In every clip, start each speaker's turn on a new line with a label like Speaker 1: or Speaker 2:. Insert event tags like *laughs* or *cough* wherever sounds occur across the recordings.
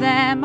Speaker 1: them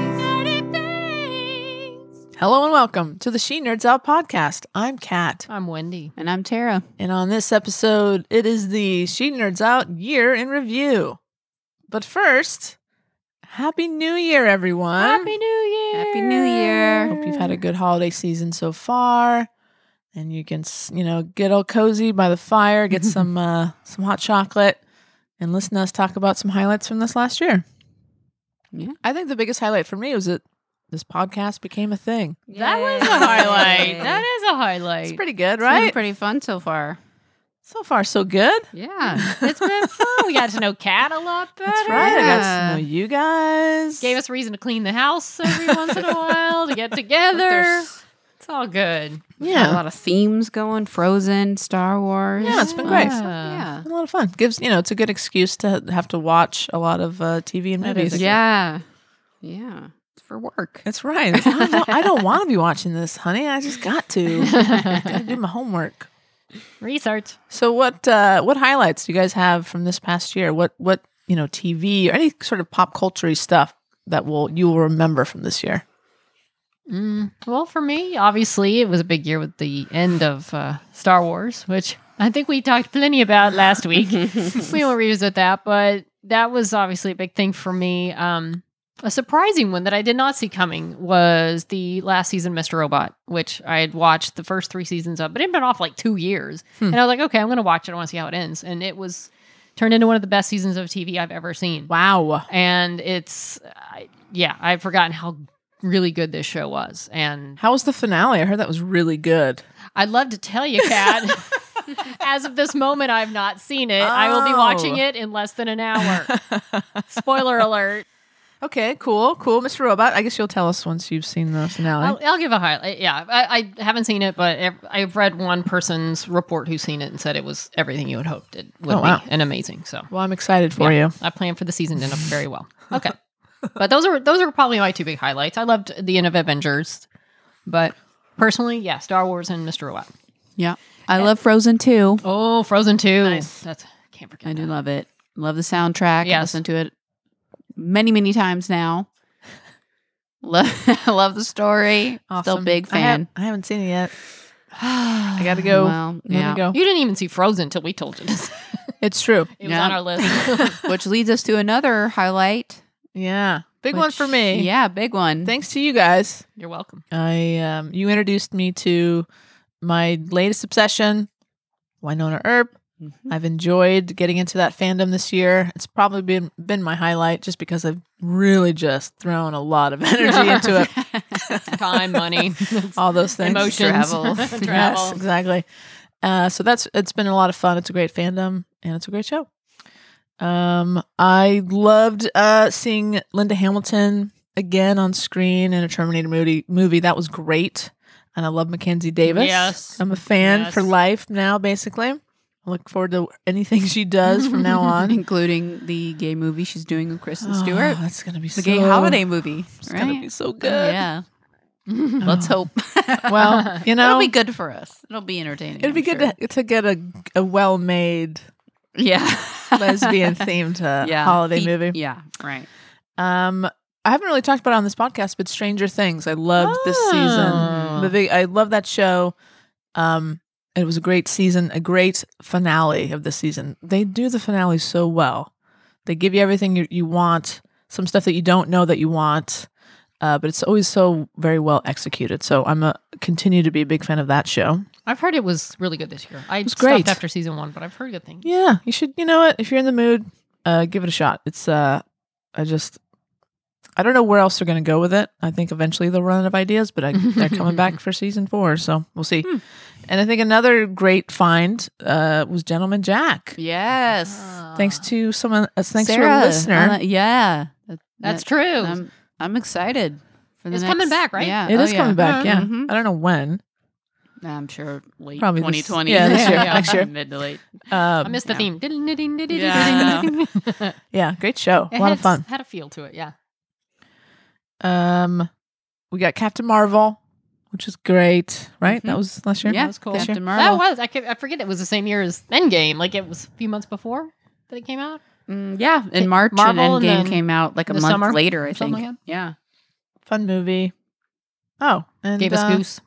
Speaker 1: Nerdy things.
Speaker 2: Hello and welcome to the She Nerds Out podcast. I'm Kat.
Speaker 3: I'm Wendy.
Speaker 1: And I'm Tara.
Speaker 2: And on this episode, it is the She Nerds Out year in review. But first, Happy New Year, everyone.
Speaker 3: Happy New Year!
Speaker 1: Happy New Year.
Speaker 2: Hope you've had a good holiday season so far. And you can, s- you know, get all cozy by the fire, get some uh, some hot chocolate, and listen to us talk about some highlights from this last year.
Speaker 1: Yeah.
Speaker 2: I think the biggest highlight for me was that this podcast became a thing.
Speaker 3: That was a highlight. *laughs* That is a highlight.
Speaker 2: It's pretty good,
Speaker 1: It's been
Speaker 2: right?
Speaker 1: pretty fun so far.
Speaker 2: so far, so good.
Speaker 1: Yeah.
Speaker 3: it's
Speaker 1: *laughs*
Speaker 3: been fun. We got to know Kat a lot better.
Speaker 2: That's right. I got
Speaker 1: Yeah.
Speaker 2: to know you guys.
Speaker 3: Gave us reason to clean the house every once in a while to get together.
Speaker 2: There's-
Speaker 3: It's all good.
Speaker 1: A
Speaker 2: yeah,
Speaker 1: lot of themes going Frozen, Star Wars.
Speaker 2: Yeah, it's been great.
Speaker 1: Uh,
Speaker 3: Yeah.
Speaker 1: Yeah.
Speaker 2: a lot of fun. Gives you know, it's a good excuse to have to watch a lot of uh, TV and
Speaker 3: That
Speaker 2: movies.
Speaker 3: is a-
Speaker 1: Yeah. Yeah. It's for work.
Speaker 2: That's right. It's not- I don't, want to be watching this, honey. I just got to. Gotta do my homework.
Speaker 3: Research.
Speaker 2: So what uh, what highlights do you guys have from this past year? What what you know TV or any sort of pop culture stuff that will you will remember from this year?
Speaker 3: Mm. Well, for me, obviously, it was a big year with the end of uh, Star Wars, which I think we talked plenty about last week. we won't revisit that, but that was obviously a big thing for me. Um, a surprising one that I did not see coming was the last season, Mr. Robot, which I had watched the first three seasons of, but it had been off like two years.
Speaker 2: Hmm.
Speaker 3: And I was like, okay, I'm going to watch it. I want to see how it ends. And it was turned into one of the best seasons of TV I've ever seen
Speaker 2: Wow.
Speaker 3: and it's I yeah i've forgotten how really good this show was and
Speaker 2: How was the finale? I heard that was really good.
Speaker 3: i'd love to tell you kat
Speaker 2: *laughs*
Speaker 3: as of this moment i've not seen it i will be
Speaker 2: Oh.
Speaker 3: watching it in less than an hour spoiler
Speaker 2: *laughs*
Speaker 3: alert
Speaker 2: okay, cool, cool. Mr. Robot, I guess you'll tell us once you've seen the finale.
Speaker 3: I'll, I'll give a highlight yeah I, I haven't seen it but ev- i've read one person's report who's seen it and said it was everything you had hoped it would
Speaker 2: Oh, wow.
Speaker 3: be and amazing so
Speaker 2: well, I'm excited for you.
Speaker 3: I planned for the season to end up very well. Okay. *laughs* but those are those are probably my two big highlights. I loved the end of Avengers, but personally, yeah, Star Wars and Mr. Robot.
Speaker 1: Yeah. I love Frozen too.
Speaker 3: Oh, Frozen 2. That's can't forget.
Speaker 1: I do
Speaker 3: that.
Speaker 1: love it. Love the soundtrack. I
Speaker 3: Yes.
Speaker 1: listen to it many, many times now. *laughs* Love, *laughs* love the story. Still
Speaker 2: Awesome.
Speaker 1: big
Speaker 2: I have-
Speaker 1: fan.
Speaker 2: I, haven't seen it
Speaker 1: *sighs*
Speaker 2: yet. I gotta go.
Speaker 1: Well,
Speaker 2: Let me
Speaker 1: yeah.
Speaker 2: go.
Speaker 3: You didn't even see Frozen until we told you
Speaker 2: *laughs*
Speaker 3: this.
Speaker 2: It's true.
Speaker 3: It was
Speaker 1: Yeah.
Speaker 3: on our list. *laughs*
Speaker 1: Which leads us to another highlight.
Speaker 2: Yeah. Big one
Speaker 1: which-
Speaker 2: for me.
Speaker 1: Yeah, big one.
Speaker 2: Thanks to you guys.
Speaker 3: You're
Speaker 2: *laughs*
Speaker 3: welcome.
Speaker 2: I um, you introduced me to my latest obsession, Winona Earp.
Speaker 1: Mhm.
Speaker 2: I've enjoyed getting into that fandom this year. It's probably been been my highlight just because I've really just thrown a lot of
Speaker 1: *laughs*
Speaker 2: *laughs* energy into it.
Speaker 3: Time, *laughs* money,
Speaker 2: All those things.
Speaker 3: emotions, *laughs*
Speaker 1: Travel.
Speaker 2: *laughs* Yes,
Speaker 3: travel.
Speaker 2: exactly. Uh, so that's it's been a lot of fun. It's a great fandom and it's a great show. Um, I loved uh, seeing Linda Hamilton again on screen in a Terminator movie. Movie that was great, and I love Mackenzie Davis.
Speaker 3: Yes.
Speaker 2: I'm a fan
Speaker 3: Yes.
Speaker 2: for life now. Basically, I look forward to anything she does
Speaker 1: *laughs*
Speaker 2: from now on.
Speaker 1: Including the gay movie she's doing with Kristen Stewart.
Speaker 2: Oh, that's gonna be
Speaker 1: the
Speaker 2: so,
Speaker 1: gay holiday movie.
Speaker 2: It's
Speaker 1: Right? Oh,
Speaker 2: gonna be so good. *laughs* *clears throat*
Speaker 1: Yeah. Let's hope.
Speaker 2: Well,
Speaker 1: *laughs*
Speaker 2: you know,
Speaker 1: It'll be good for us. It'll be entertaining.
Speaker 2: it'd be
Speaker 1: I'm
Speaker 2: good
Speaker 1: sure.
Speaker 2: to, to get a a well made
Speaker 1: Yeah.
Speaker 2: *laughs*
Speaker 1: *laughs*
Speaker 2: lesbian themed uh,
Speaker 1: Yeah.
Speaker 2: holiday
Speaker 1: Fe-
Speaker 2: movie.
Speaker 1: Yeah. Right.
Speaker 2: Um, I haven't really talked about it on this podcast, but Stranger Things. I loved this
Speaker 3: Oh.
Speaker 2: season. The big, I love that show. Um, it was a great season, a great finale of the season. They do the finale so well. They give you everything you, you want, some stuff that you don't know that you want, uh, but it's always so very well executed. So I'm a continue to be a big fan of that show.
Speaker 3: I've heard it was really good this year. I
Speaker 2: was
Speaker 3: stopped
Speaker 2: great.
Speaker 3: after season one, but I've heard good things.
Speaker 2: Yeah, you should. You know what? If you're in the mood, uh, give it a shot. It's uh, I just, I don't know where else they're gonna go with it. I think eventually they'll run out of ideas, but I, they're coming
Speaker 3: *laughs*
Speaker 2: back for season four, so we'll see.
Speaker 3: Hmm.
Speaker 2: And I think another great find uh, was Gentleman Jack.
Speaker 1: Yes.
Speaker 3: Ah.
Speaker 2: Thanks to someone, uh, Ah. thanks
Speaker 1: Sarah,
Speaker 2: to a listener.
Speaker 1: uh, yeah. That-
Speaker 3: That's
Speaker 1: that-
Speaker 3: true.
Speaker 1: I'm, I'm excited. For the
Speaker 3: It's
Speaker 1: next-
Speaker 3: coming back, right?
Speaker 1: Yeah.
Speaker 2: it is
Speaker 1: Oh, yeah.
Speaker 3: Mm-hmm.
Speaker 2: coming back. Yeah,
Speaker 1: Mhm.
Speaker 2: I don't know when.
Speaker 1: I'm sure late
Speaker 2: Probably this-
Speaker 1: 2020. *laughs*
Speaker 2: yeah,
Speaker 3: this year,
Speaker 2: next year.
Speaker 1: Mid to late.
Speaker 2: Um,
Speaker 3: I missed the
Speaker 1: yeah.
Speaker 3: theme.
Speaker 1: Yeah, I
Speaker 3: Yeah.
Speaker 2: yeah, great show.
Speaker 3: *laughs*
Speaker 2: A
Speaker 3: It
Speaker 2: lot
Speaker 3: had,
Speaker 2: of fun.
Speaker 3: had a feel to it, yeah.
Speaker 2: Um, we got Captain Marvel, which is great, right?
Speaker 1: Mhm.
Speaker 2: That was last year.
Speaker 1: Yeah,
Speaker 3: Mm-hmm. that was cool.
Speaker 2: This year?
Speaker 1: Captain
Speaker 3: That
Speaker 1: Marvel.
Speaker 3: was, I, could, I forget it was the same year as Endgame. Like it was a few months before that it came out.
Speaker 1: Mm, yeah,
Speaker 3: It-
Speaker 1: in March,
Speaker 3: Marvel and
Speaker 1: and Endgame
Speaker 3: then
Speaker 1: came out like a
Speaker 3: the
Speaker 1: month
Speaker 3: summer,
Speaker 1: later, I
Speaker 3: something
Speaker 1: think.
Speaker 3: like
Speaker 1: yeah,
Speaker 2: Fun movie. Oh, and
Speaker 3: Gave us
Speaker 2: uh,
Speaker 3: Goose.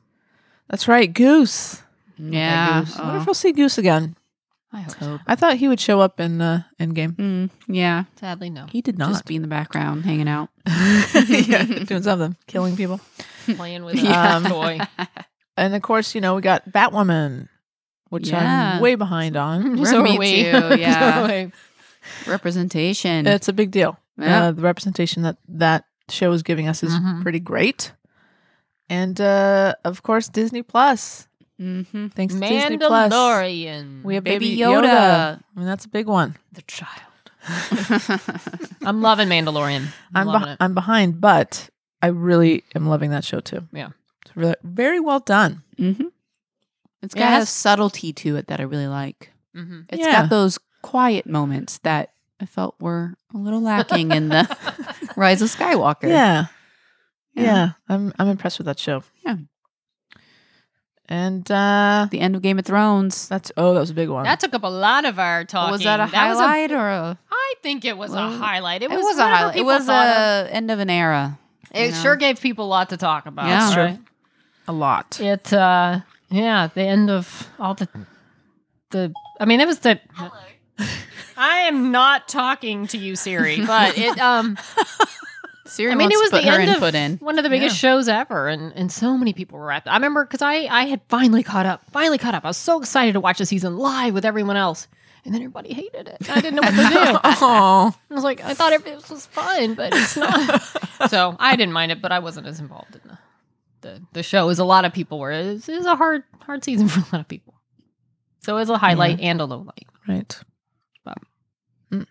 Speaker 2: That's right, Goose.
Speaker 3: Oh,
Speaker 1: yeah.
Speaker 3: Goose.
Speaker 2: I wonder if
Speaker 1: Oh.
Speaker 2: we'll see Goose again.
Speaker 3: I hope so.
Speaker 1: Hope.
Speaker 2: I thought he would show up in uh, Endgame.
Speaker 1: Mm, yeah,
Speaker 3: Sadly, no.
Speaker 2: He did
Speaker 1: just
Speaker 2: not.
Speaker 1: be in the background, hanging out.
Speaker 2: *laughs*
Speaker 1: *laughs*
Speaker 2: yeah, doing something, killing people.
Speaker 3: *laughs* Playing with a
Speaker 1: Yeah.
Speaker 3: toy.
Speaker 2: And of course, you know, we got Batwoman, which
Speaker 1: Yeah.
Speaker 2: I'm way behind
Speaker 1: *laughs*
Speaker 2: on.
Speaker 1: We're
Speaker 3: So are
Speaker 1: me
Speaker 3: we. *laughs*
Speaker 1: too,
Speaker 3: So are
Speaker 1: yeah.
Speaker 3: we.
Speaker 1: Representation.
Speaker 2: It's a big deal.
Speaker 1: Yeah.
Speaker 2: Uh, the representation that that show is giving us is
Speaker 3: Mhm.
Speaker 2: pretty great. And uh, of course, Disney Plus.
Speaker 1: hmm
Speaker 2: Thanks to Disney Plus,
Speaker 3: Mandalorian.
Speaker 2: we have
Speaker 1: Baby
Speaker 2: Baby,
Speaker 1: Yoda.
Speaker 2: Yoda. I mean, that's a big one.
Speaker 3: the child. *laughs* I'm loving Mandalorian. I'm,
Speaker 2: I'm
Speaker 3: loving
Speaker 2: beh- I'm behind, but I really am loving that show too.
Speaker 3: Yeah.
Speaker 2: it's really, very well done.
Speaker 1: hmm It's got
Speaker 3: Yeah,
Speaker 1: a subtlety to it that I really like.
Speaker 3: it. Mm-hmm.
Speaker 1: It's
Speaker 2: Yeah.
Speaker 1: got those quiet moments that I felt were a little lacking
Speaker 3: *laughs*
Speaker 1: in the *laughs* Rise of Skywalker.
Speaker 2: Yeah.
Speaker 1: Yeah.
Speaker 2: yeah, I'm I'm impressed with that show.
Speaker 1: Yeah.
Speaker 2: and uh,
Speaker 1: The end of Game of Thrones.
Speaker 2: that's oh, that was a big one.
Speaker 3: That took up a lot of our talking.
Speaker 1: Was that a
Speaker 3: was
Speaker 1: highlight or a?
Speaker 3: I think it was a
Speaker 1: Well,
Speaker 3: highlight. It
Speaker 1: It
Speaker 3: was,
Speaker 1: was a highlight. It was a end of an era.
Speaker 3: It
Speaker 1: you know.
Speaker 3: sure gave people a lot to talk about.
Speaker 1: Yeah. That's
Speaker 2: true. a lot.
Speaker 3: It. Uh, yeah. The end of all the. The. I mean, it was the. I am not talking to you, Siri,
Speaker 1: *laughs*
Speaker 3: but it. Um.
Speaker 1: Siri
Speaker 3: I mean, it was
Speaker 1: put
Speaker 3: the
Speaker 1: her
Speaker 3: end
Speaker 1: input
Speaker 3: of
Speaker 1: in.
Speaker 3: one of the biggest shows ever, and and so many people were wrapped. I remember because I I had finally caught up, finally caught up. I was so excited to watch the season live with everyone else, and then everybody hated it. I didn't know what to do.
Speaker 2: *laughs*
Speaker 1: *laughs*
Speaker 2: oh,
Speaker 3: I was like, I thought it was was fun, but it's not. *laughs* so I didn't mind it, but I wasn't as involved in the the, the show as a lot of people were. It was, it was a hard hard season for a lot of people. So it was a highlight and a low light.
Speaker 2: right. Mm.
Speaker 3: It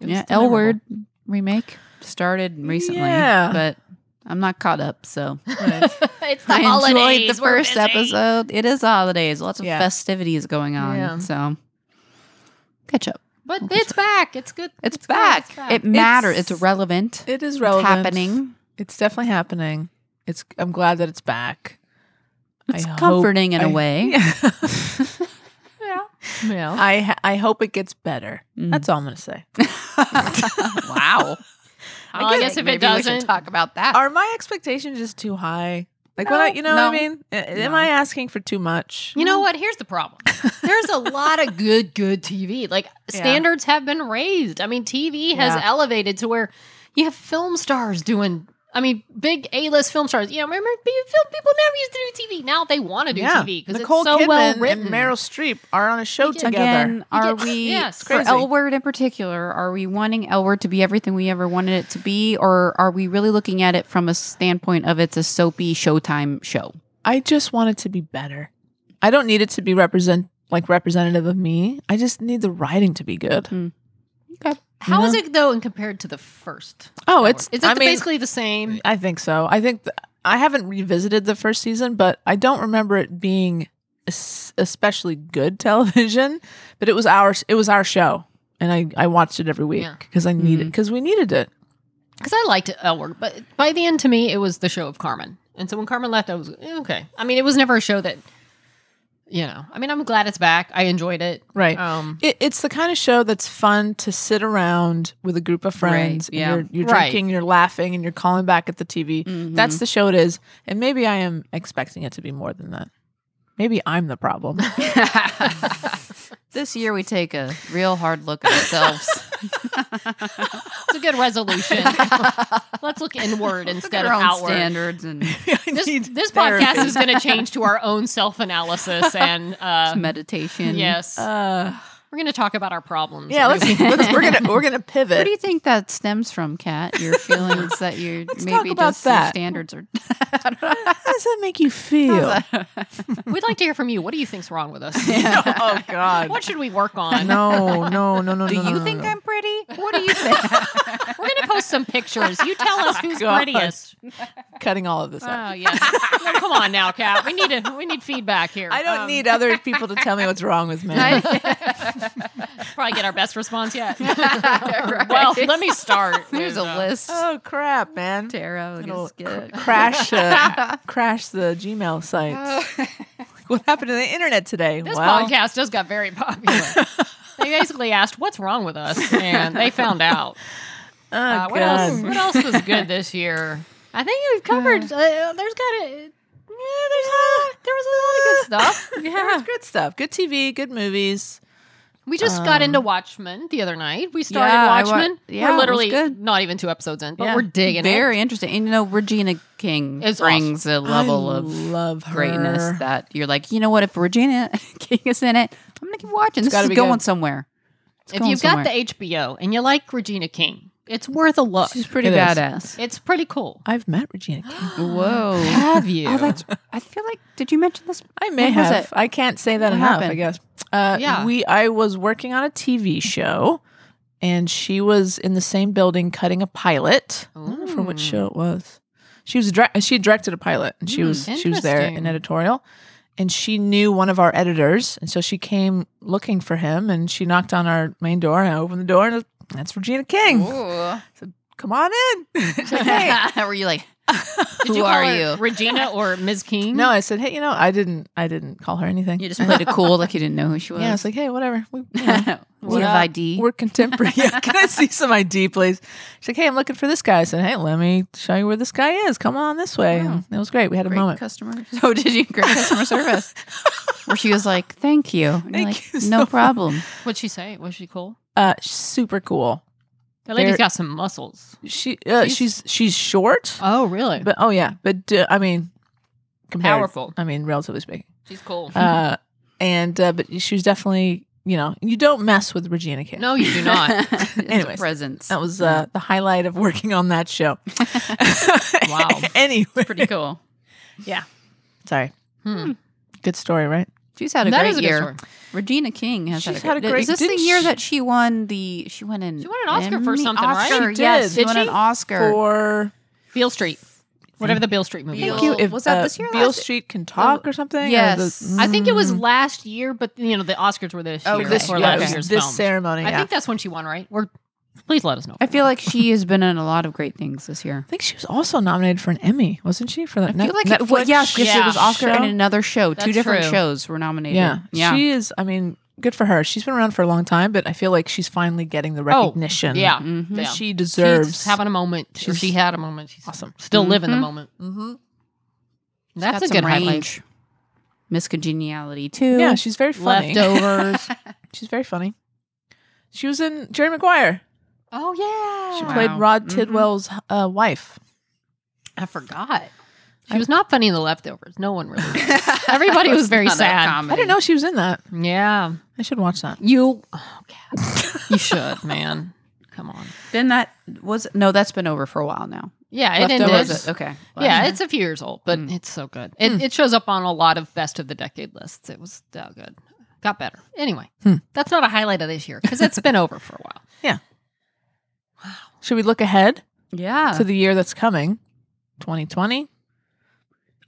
Speaker 3: was
Speaker 1: Yeah,
Speaker 3: still
Speaker 1: L Word remake started recently,
Speaker 2: Yeah.
Speaker 1: but I'm not caught up.
Speaker 3: *laughs*
Speaker 1: So *laughs*
Speaker 2: right.
Speaker 3: memorable. *laughs* it's the
Speaker 1: I
Speaker 3: holidays.
Speaker 1: enjoyed the
Speaker 3: we're
Speaker 1: first
Speaker 3: busy.
Speaker 1: episode. It is holidays, lots of
Speaker 2: Yeah.
Speaker 1: festivities going on.
Speaker 3: Yeah.
Speaker 1: So catch up.
Speaker 3: but it's back. It's good.
Speaker 1: It's,
Speaker 3: good.
Speaker 1: back.
Speaker 3: It's
Speaker 1: It matters.
Speaker 2: It's-
Speaker 1: It's, relevant.
Speaker 2: *laughs* It is
Speaker 1: It's
Speaker 2: relevant.
Speaker 1: happening.
Speaker 2: It's definitely happening. It's. I'm glad that it's back.
Speaker 1: It's
Speaker 2: hope-
Speaker 1: comforting in a
Speaker 2: I-
Speaker 3: *laughs*
Speaker 1: way.
Speaker 2: Yeah.
Speaker 3: yeah. *laughs* Yeah.
Speaker 2: *laughs* I ha- I hope it gets better.
Speaker 1: Mm.
Speaker 2: That's all I'm gonna say.
Speaker 3: Well,
Speaker 1: wow.
Speaker 3: I guess if
Speaker 1: maybe
Speaker 3: it
Speaker 1: we should
Speaker 3: doesn't-
Speaker 1: talk about that.
Speaker 2: Are my expectations just too high? Like when I, you know what
Speaker 1: No.
Speaker 2: I mean? A- Am
Speaker 1: No.
Speaker 2: I asking for too much?
Speaker 3: You know what? Here's the problem. There's a lot of good, good TV. Like
Speaker 2: *laughs* Yeah.
Speaker 3: standards have been raised. I mean, TV has
Speaker 2: Yeah.
Speaker 3: elevated to where you have film stars doing. I mean, big A-list film stars. You know, remember pe- film people never used to do TV. Now they want to do TV because it's
Speaker 2: Nicole
Speaker 3: so
Speaker 2: Kidman
Speaker 3: well written.
Speaker 2: and Meryl Streep are on a show
Speaker 3: get-
Speaker 2: together.
Speaker 1: Again, are
Speaker 3: get-
Speaker 1: *sighs* we
Speaker 3: Yeah, it's
Speaker 1: for
Speaker 2: crazy.
Speaker 1: L word in particular? Are we wanting L word to be everything we ever wanted it to be, or are we really looking at it from a standpoint of it's a soapy Showtime show?
Speaker 2: I just want it to be better. I don't need it to be represent like representative of me. I just need the writing to be good.
Speaker 3: How is
Speaker 2: Yeah.
Speaker 3: it though, and compared to the first?
Speaker 2: Oh, it's
Speaker 3: Is it
Speaker 2: I
Speaker 3: the-
Speaker 2: mean,
Speaker 3: basically the same?
Speaker 2: I think so. I think th- I haven't revisited the first season, but I don't remember it being es- especially good *laughs* television. But it was our it was our show, and I I watched it every week
Speaker 3: Yeah.
Speaker 2: because I needed because we needed it.
Speaker 3: Because I liked L Word, but by the end, to me, it was the show of Carmen. And so when Carmen left, I was eh, okay. I mean, it was never a show that, you know. I mean, I'm glad it's back. I enjoyed it.
Speaker 2: Right.
Speaker 3: Um,
Speaker 2: It, it's the kind of show that's fun to sit around with a group of friends.
Speaker 1: yeah.
Speaker 2: And you're, you're
Speaker 3: Right.
Speaker 2: drinking, you're laughing, and you're calling back at the TV. That's the show it is. And maybe I am expecting it to be more than that. Maybe I'm the problem. *laughs*
Speaker 1: This year we take a real hard look at *laughs* ourselves.
Speaker 3: it's a good
Speaker 2: *laughs*
Speaker 3: resolution. Let's look inward instead of
Speaker 1: our own
Speaker 3: outward.
Speaker 1: standards *laughs* and
Speaker 2: I
Speaker 3: This,
Speaker 2: need
Speaker 3: this
Speaker 2: therapy.
Speaker 3: podcast
Speaker 2: *laughs*
Speaker 3: is going to change to our own self analysis and uh,
Speaker 1: meditation.
Speaker 3: yes,
Speaker 2: Uh,
Speaker 3: We're gonna talk about our problems.
Speaker 2: Yeah,
Speaker 3: *laughs*
Speaker 2: let's, *laughs*
Speaker 3: every week.
Speaker 2: let's we're gonna we're gonna pivot.
Speaker 1: Where do you think that stems from, Kat? Your feelings that you
Speaker 2: Let's talk
Speaker 1: maybe
Speaker 2: about
Speaker 1: just your
Speaker 2: that.
Speaker 1: standards are.
Speaker 2: How does that make you feel?
Speaker 3: We'd like to hear from you. What do you think's wrong with us?
Speaker 2: *laughs* oh God.
Speaker 3: What should we work on?
Speaker 2: No, no, no, no.
Speaker 1: Do
Speaker 2: no, no,
Speaker 1: you
Speaker 2: no,
Speaker 1: think
Speaker 2: no.
Speaker 1: I'm pretty? What *laughs* do you think?
Speaker 3: We're gonna post some pictures. You tell
Speaker 2: *laughs*
Speaker 3: us who's
Speaker 2: God.
Speaker 3: prettiest.
Speaker 2: cutting all of this out?
Speaker 3: Oh yeah. No, come on now, Kat. We need a, we need feedback here.
Speaker 2: I don't
Speaker 3: Um,
Speaker 2: need other people to tell me what's wrong with *laughs* me.
Speaker 3: probably get our best response
Speaker 2: *laughs*
Speaker 3: yet. Well, let me start.
Speaker 1: There's a
Speaker 3: with, uh,
Speaker 1: list.
Speaker 2: oh crap, man!
Speaker 1: Tara,
Speaker 2: It'll
Speaker 1: just get it.
Speaker 2: Crash, uh, *laughs* crash the Gmail site. *laughs* Like, what happened to the internet today?
Speaker 3: This
Speaker 2: well,
Speaker 3: podcast just got very popular.
Speaker 1: *laughs*
Speaker 3: they basically asked, "What's wrong with us?" and they found out.
Speaker 2: oh,
Speaker 3: Uh, what
Speaker 2: God.
Speaker 3: else? What else was good this year? I think we've covered. Uh, there's got to. *laughs*
Speaker 2: there was
Speaker 3: a lot of good stuff.
Speaker 2: *laughs* Yeah, there was good stuff. Good TV, good movies.
Speaker 3: We just got into Watchmen the other night. We started
Speaker 1: Um, Yeah, I wa-
Speaker 3: Watchmen.
Speaker 1: yeah, it
Speaker 3: we're
Speaker 1: was
Speaker 3: literally
Speaker 1: good.
Speaker 3: not even two episodes in, but
Speaker 2: Yeah.
Speaker 3: we're digging it.
Speaker 1: Very interesting. And you know, Regina King
Speaker 3: It's
Speaker 1: brings a level
Speaker 2: I
Speaker 1: of
Speaker 2: love her.
Speaker 1: greatness that you're like, you know what? If Regina *laughs* King is in it, I'm gonna keep watching. This
Speaker 2: gotta
Speaker 1: is
Speaker 2: be
Speaker 1: going
Speaker 2: good.
Speaker 1: somewhere. It's
Speaker 3: If
Speaker 1: going
Speaker 3: you've
Speaker 1: somewhere.
Speaker 3: got the HBO and you like Regina King, it's worth a look.
Speaker 1: she's pretty
Speaker 2: It is.
Speaker 1: badass.
Speaker 3: It's pretty cool.
Speaker 2: I've met Regina. King.
Speaker 1: Whoa.
Speaker 3: Have you?
Speaker 1: Oh, that's, I feel like did you mention this?
Speaker 2: I may
Speaker 1: When was
Speaker 2: have.
Speaker 1: it?
Speaker 2: I can't say that
Speaker 1: What
Speaker 2: enough. I
Speaker 1: happened?
Speaker 2: guess. Uh,
Speaker 3: Yeah.
Speaker 2: We. I was working on a TV show, and she was in the same building cutting a pilot. I don't know from what show it was. She was. Dire- she directed a pilot, and she was. She was there in
Speaker 3: interesting.
Speaker 2: editorial, and she knew one of our editors, and so she came looking for him, and she knocked on our main door, and I opened the door, and it was, that's Regina King.
Speaker 1: *laughs*
Speaker 2: Come on in. She's like, "Hey."
Speaker 1: Were you like,
Speaker 3: Did
Speaker 1: who
Speaker 3: you call
Speaker 1: are
Speaker 3: her
Speaker 1: you?
Speaker 3: Regina or Ms. King?
Speaker 2: *laughs* No, I said, hey, you know, I didn't. I didn't call her anything.
Speaker 1: You just played it cool, like you didn't know who she was.
Speaker 2: yeah, I
Speaker 1: *laughs*
Speaker 2: was like, hey, whatever. We, you know,
Speaker 1: what
Speaker 2: Yeah.
Speaker 1: have ID?
Speaker 2: We're contemporary. *laughs* yeah, can I see some ID, please? She's like, hey, I'm looking for this guy. I said, hey, let me show you where this guy is. Come on this
Speaker 3: Oh.
Speaker 2: way. And it was great. We had a
Speaker 1: Great *laughs*
Speaker 2: moment.
Speaker 1: customer. So Oh, did you great customer service? Where she was like, "Thank you." And you're
Speaker 2: Thank
Speaker 1: like,
Speaker 2: you so
Speaker 1: No
Speaker 2: much."
Speaker 1: problem.
Speaker 3: What'd she say? Was she cool?
Speaker 2: Uh, super cool.
Speaker 3: That lady's
Speaker 2: There-
Speaker 3: got some muscles.
Speaker 2: She uh,
Speaker 3: She's-
Speaker 2: she's, she's short,
Speaker 3: Oh, really?
Speaker 2: but oh yeah, but uh, I mean, compared,
Speaker 3: Powerful.
Speaker 2: I mean,
Speaker 3: *laughs*
Speaker 2: relatively speaking.
Speaker 3: She's cool.
Speaker 2: Uh, and uh, but she was definitely, you know, you don't mess with Regina King.
Speaker 3: no, you do not.
Speaker 1: It's a
Speaker 2: *laughs* Anyways,
Speaker 1: presence.
Speaker 2: That was uh, the highlight of working on that show.
Speaker 3: *laughs*
Speaker 2: *laughs*
Speaker 3: Wow.
Speaker 2: anyway,
Speaker 1: pretty cool.
Speaker 2: sorry.
Speaker 3: Hmm.
Speaker 2: Good story, right?
Speaker 1: She's had a
Speaker 3: That
Speaker 1: great
Speaker 3: is a good
Speaker 1: year.
Speaker 3: story.
Speaker 1: Regina King has
Speaker 2: She's
Speaker 1: had a great,
Speaker 2: had a great-
Speaker 1: Is this the
Speaker 2: didn't
Speaker 1: year
Speaker 2: she-
Speaker 1: that she won the? She won an.
Speaker 3: She won an Oscar for
Speaker 1: Emmy?
Speaker 3: something, right?
Speaker 1: Oscar,
Speaker 2: She
Speaker 1: Yes,
Speaker 2: did.
Speaker 1: she
Speaker 3: Did
Speaker 1: won
Speaker 3: she?
Speaker 1: an Oscar.
Speaker 2: For
Speaker 3: Beale Street. Whatever the Beale Street movie
Speaker 1: Beale-
Speaker 3: was.
Speaker 2: Thank you. If,
Speaker 1: Was that
Speaker 2: uh,
Speaker 1: this year or
Speaker 2: Beale
Speaker 1: last-
Speaker 2: Street can talk or something. or
Speaker 1: yes.
Speaker 2: the- Mm.
Speaker 3: I think it was last year, but you know the Oscars were this year
Speaker 1: Oh,
Speaker 2: this,
Speaker 3: or
Speaker 1: year.
Speaker 2: yeah,
Speaker 3: last
Speaker 2: it was
Speaker 3: year's
Speaker 2: this
Speaker 3: film.
Speaker 2: ceremony.
Speaker 3: I
Speaker 2: yeah.
Speaker 3: think that's when she won, right? Or please let us know.
Speaker 1: I feel like she has been in a lot of great things this year.
Speaker 2: I think she was also nominated for an Emmy, wasn't she? For that
Speaker 1: I feel
Speaker 2: Net-
Speaker 1: like
Speaker 2: Netflix
Speaker 1: it, well, yes, because
Speaker 3: Yeah.
Speaker 1: it was Oscar
Speaker 2: show?
Speaker 1: and another show.
Speaker 3: That's
Speaker 1: Two different
Speaker 3: true.
Speaker 1: shows were nominated.
Speaker 2: yeah.
Speaker 1: yeah.
Speaker 2: she is. I mean, good for her. She's been around for a long time, but I feel like she's finally getting
Speaker 1: Oh,
Speaker 2: the recognition.
Speaker 3: yeah.
Speaker 1: Mhm.
Speaker 3: yeah.
Speaker 2: that she
Speaker 3: She's
Speaker 2: deserves.
Speaker 3: having a moment. Or
Speaker 2: She's-
Speaker 3: she had a moment. She's
Speaker 2: awesome.
Speaker 3: Still living the
Speaker 1: Mhm.
Speaker 3: moment.
Speaker 2: hmm
Speaker 3: That's
Speaker 1: got
Speaker 3: a
Speaker 1: some
Speaker 3: good highlight.
Speaker 1: range. Miss Congeniality too.
Speaker 2: Yeah, she's very
Speaker 1: *laughs*
Speaker 2: funny.
Speaker 3: Leftovers.
Speaker 2: *laughs* She's very funny. She was in Jerry Maguire.
Speaker 3: oh yeah.
Speaker 2: She
Speaker 1: Wow.
Speaker 2: played Rod
Speaker 1: Mhm.
Speaker 2: Tidwell's uh, wife.
Speaker 3: I forgot. She
Speaker 2: I-
Speaker 3: was not funny in the leftovers. No one
Speaker 2: *laughs*
Speaker 3: really. was. Everybody was very
Speaker 1: Not a
Speaker 3: sad.
Speaker 1: comedy.
Speaker 2: I didn't know she was in that.
Speaker 3: Yeah.
Speaker 2: I should watch that.
Speaker 3: You. Oh, Kat. you should, man. Come on.
Speaker 1: Then that was no. That's been over for a while now.
Speaker 3: Yeah, it
Speaker 2: Leftovers.
Speaker 3: ended.
Speaker 2: Yes.
Speaker 1: Was it? Okay.
Speaker 3: Yeah, it's a few years old, but
Speaker 1: Mm.
Speaker 3: it's so good. It,
Speaker 2: Mm.
Speaker 3: it shows up on a lot of best of the decade lists. It was so good. Got better. Anyway,
Speaker 2: Hmm.
Speaker 3: that's not a highlight of this year because it's been over for a while.
Speaker 2: Should we look ahead
Speaker 1: yeah.
Speaker 2: to the year that's coming, 2020?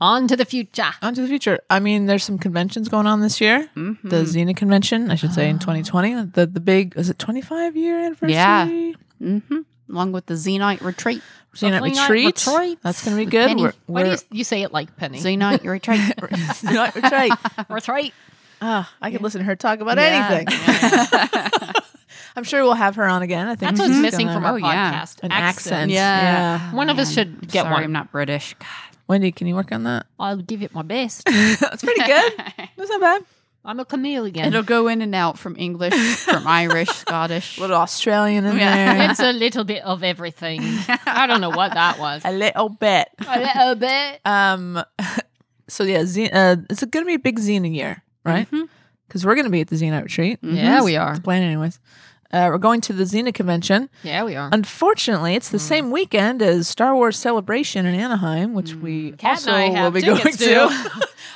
Speaker 3: On to the future.
Speaker 2: On to the future. I mean, there's some conventions going on this year.
Speaker 1: Mhm.
Speaker 2: The Xena convention, I should say, in 2020. The the big is it 25 year anniversary?
Speaker 1: Yeah.
Speaker 2: *laughs*
Speaker 1: Mm-hmm. Along with the Xenite Retreat.
Speaker 2: Xena
Speaker 3: Something like
Speaker 2: retreat.
Speaker 3: retreat.
Speaker 2: That's going to be good.
Speaker 1: Penny.
Speaker 2: We're,
Speaker 3: Why do
Speaker 2: we're
Speaker 3: you, you say it like Penny?
Speaker 1: Xenite *laughs* Retreat.
Speaker 2: Xena retreat.
Speaker 3: That's right.
Speaker 2: Ah, I could listen to her talk about
Speaker 1: Yeah.
Speaker 2: anything. *laughs* I'm sure we'll have her on again. I think
Speaker 3: That's what's
Speaker 2: she's
Speaker 3: missing
Speaker 2: gonna-
Speaker 3: from our
Speaker 1: Oh, yeah.
Speaker 3: podcast.
Speaker 2: an accent.
Speaker 1: Yeah.
Speaker 3: One of us
Speaker 1: Man,
Speaker 3: should get
Speaker 1: Sorry,
Speaker 3: one.
Speaker 1: I'm not British. God.
Speaker 2: Wendy, can you work on that?
Speaker 3: I'll give it my
Speaker 2: *laughs*
Speaker 3: best.
Speaker 2: That's pretty good. That's not bad.
Speaker 3: I'm a chameleon.
Speaker 1: It'll go in and out from English, *laughs* from Irish, Scottish.
Speaker 2: little Australian in
Speaker 1: Yeah.
Speaker 3: *laughs*
Speaker 2: there.
Speaker 3: it's
Speaker 1: *laughs*
Speaker 3: a little bit of everything. I don't know what that was.
Speaker 2: a little bit.
Speaker 3: A little bit.
Speaker 2: *laughs* Um, so yeah, Xena, uh, it's going to be a big Xena year, right? because we're going to be at the Xena retreat.
Speaker 1: Mhm.
Speaker 3: Mm-hmm. Yeah, we are.
Speaker 2: It's the plan, anyways. Uh, we're going to the Xena convention.
Speaker 3: Yeah, we are.
Speaker 2: Unfortunately, it's the
Speaker 3: Mm.
Speaker 2: same weekend as Star Wars Celebration in Anaheim, which
Speaker 3: Mm.
Speaker 2: we also will be going to.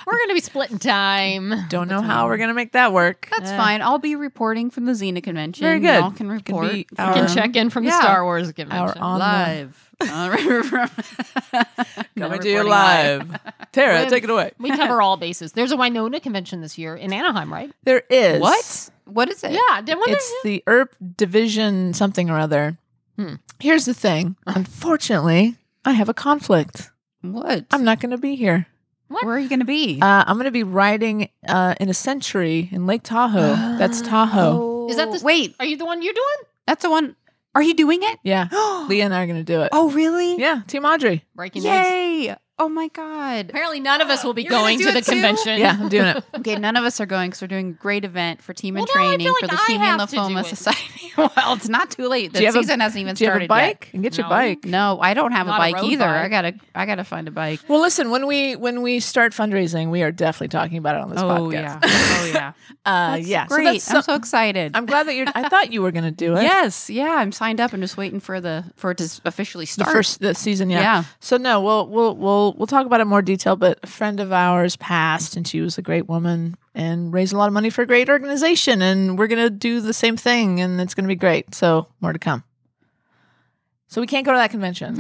Speaker 3: We're going to be splitting time.
Speaker 2: *laughs*
Speaker 3: *laughs*
Speaker 2: Don't know how we're going to make that work.
Speaker 1: That's
Speaker 3: Yeah.
Speaker 1: fine. I'll be reporting from the Xena convention.
Speaker 2: Very good.
Speaker 1: Y'all can
Speaker 2: It can
Speaker 1: report
Speaker 2: be
Speaker 1: from
Speaker 3: We can
Speaker 2: our-
Speaker 3: check in from the
Speaker 1: Um, yeah.
Speaker 3: Star Wars convention.
Speaker 2: on-
Speaker 1: live.
Speaker 2: Coming
Speaker 1: *laughs* Coming
Speaker 2: to
Speaker 3: *laughs*
Speaker 2: you live. Tara,
Speaker 3: Live.
Speaker 2: take it away.
Speaker 3: we cover all bases. There's a Winona convention this year in Anaheim, right?
Speaker 2: There is.
Speaker 1: What? What is it?
Speaker 3: Yeah, did one
Speaker 2: It's the ERP division something or other.
Speaker 3: Hmm. Uh.
Speaker 2: Here's the thing. Unfortunately, I have a conflict.
Speaker 1: What?
Speaker 2: I'm not going to be here.
Speaker 1: Where are you going to be?
Speaker 2: Uh, I'm going to be riding uh, in a century in Lake Tahoe.
Speaker 1: *gasps*
Speaker 2: That's
Speaker 1: Oh.
Speaker 2: Tahoe.
Speaker 3: Is that the-
Speaker 1: wait?
Speaker 3: Are you the one you're doing?
Speaker 1: That's the one. Are you doing it?
Speaker 2: Yeah. *gasps* Leah and I are going to do it.
Speaker 1: *gasps* oh, really?
Speaker 2: Yeah. Team Audrey.
Speaker 3: Breaking news.
Speaker 1: Yay! Oh my god.
Speaker 3: Apparently, none of us will be
Speaker 1: You're gonna
Speaker 3: going
Speaker 1: do
Speaker 3: to the
Speaker 1: it too?
Speaker 3: convention.
Speaker 2: Yeah, I'm doing it.
Speaker 3: *laughs*
Speaker 1: Okay, none of us are going because we're doing a great event for team and
Speaker 3: Well, now I
Speaker 1: training
Speaker 3: feel
Speaker 1: for
Speaker 3: like
Speaker 1: the
Speaker 3: I
Speaker 1: Leukemia and
Speaker 3: have to do
Speaker 1: Lymphoma
Speaker 3: it.
Speaker 1: Society. *laughs* well, it's not too late. The
Speaker 2: Do you have a-
Speaker 1: season hasn't even
Speaker 2: Do you have
Speaker 1: started
Speaker 2: a bike? And get your
Speaker 3: No.
Speaker 2: bike.
Speaker 1: yet. No, I don't have
Speaker 3: Not a
Speaker 1: a bike
Speaker 3: road
Speaker 1: either.
Speaker 3: bike.
Speaker 1: I gotta, I gotta find a bike.
Speaker 2: Well, listen. When we when we start fundraising, we are definitely talking about it on this
Speaker 1: oh
Speaker 2: podcast. *laughs*
Speaker 1: yeah, oh yeah.
Speaker 2: uh,
Speaker 1: *laughs* That's
Speaker 2: yeah.
Speaker 1: great.
Speaker 2: So
Speaker 1: I'm
Speaker 2: that's,
Speaker 1: so excited.
Speaker 2: I'm glad that you're. I thought you were going to do it.
Speaker 1: yes, yeah. I'm signed up and just waiting for the for it to s- officially
Speaker 2: the
Speaker 1: start.
Speaker 2: first the season.
Speaker 1: yeah.
Speaker 2: Yeah. So no, we'll we'll we'll we'll talk about it in more detail. But a friend of ours passed, and she was a great woman and raised a lot of money for a great organization. And we're gonna do the same thing, and it's gonna be great. So more to come. So we can't go to that convention,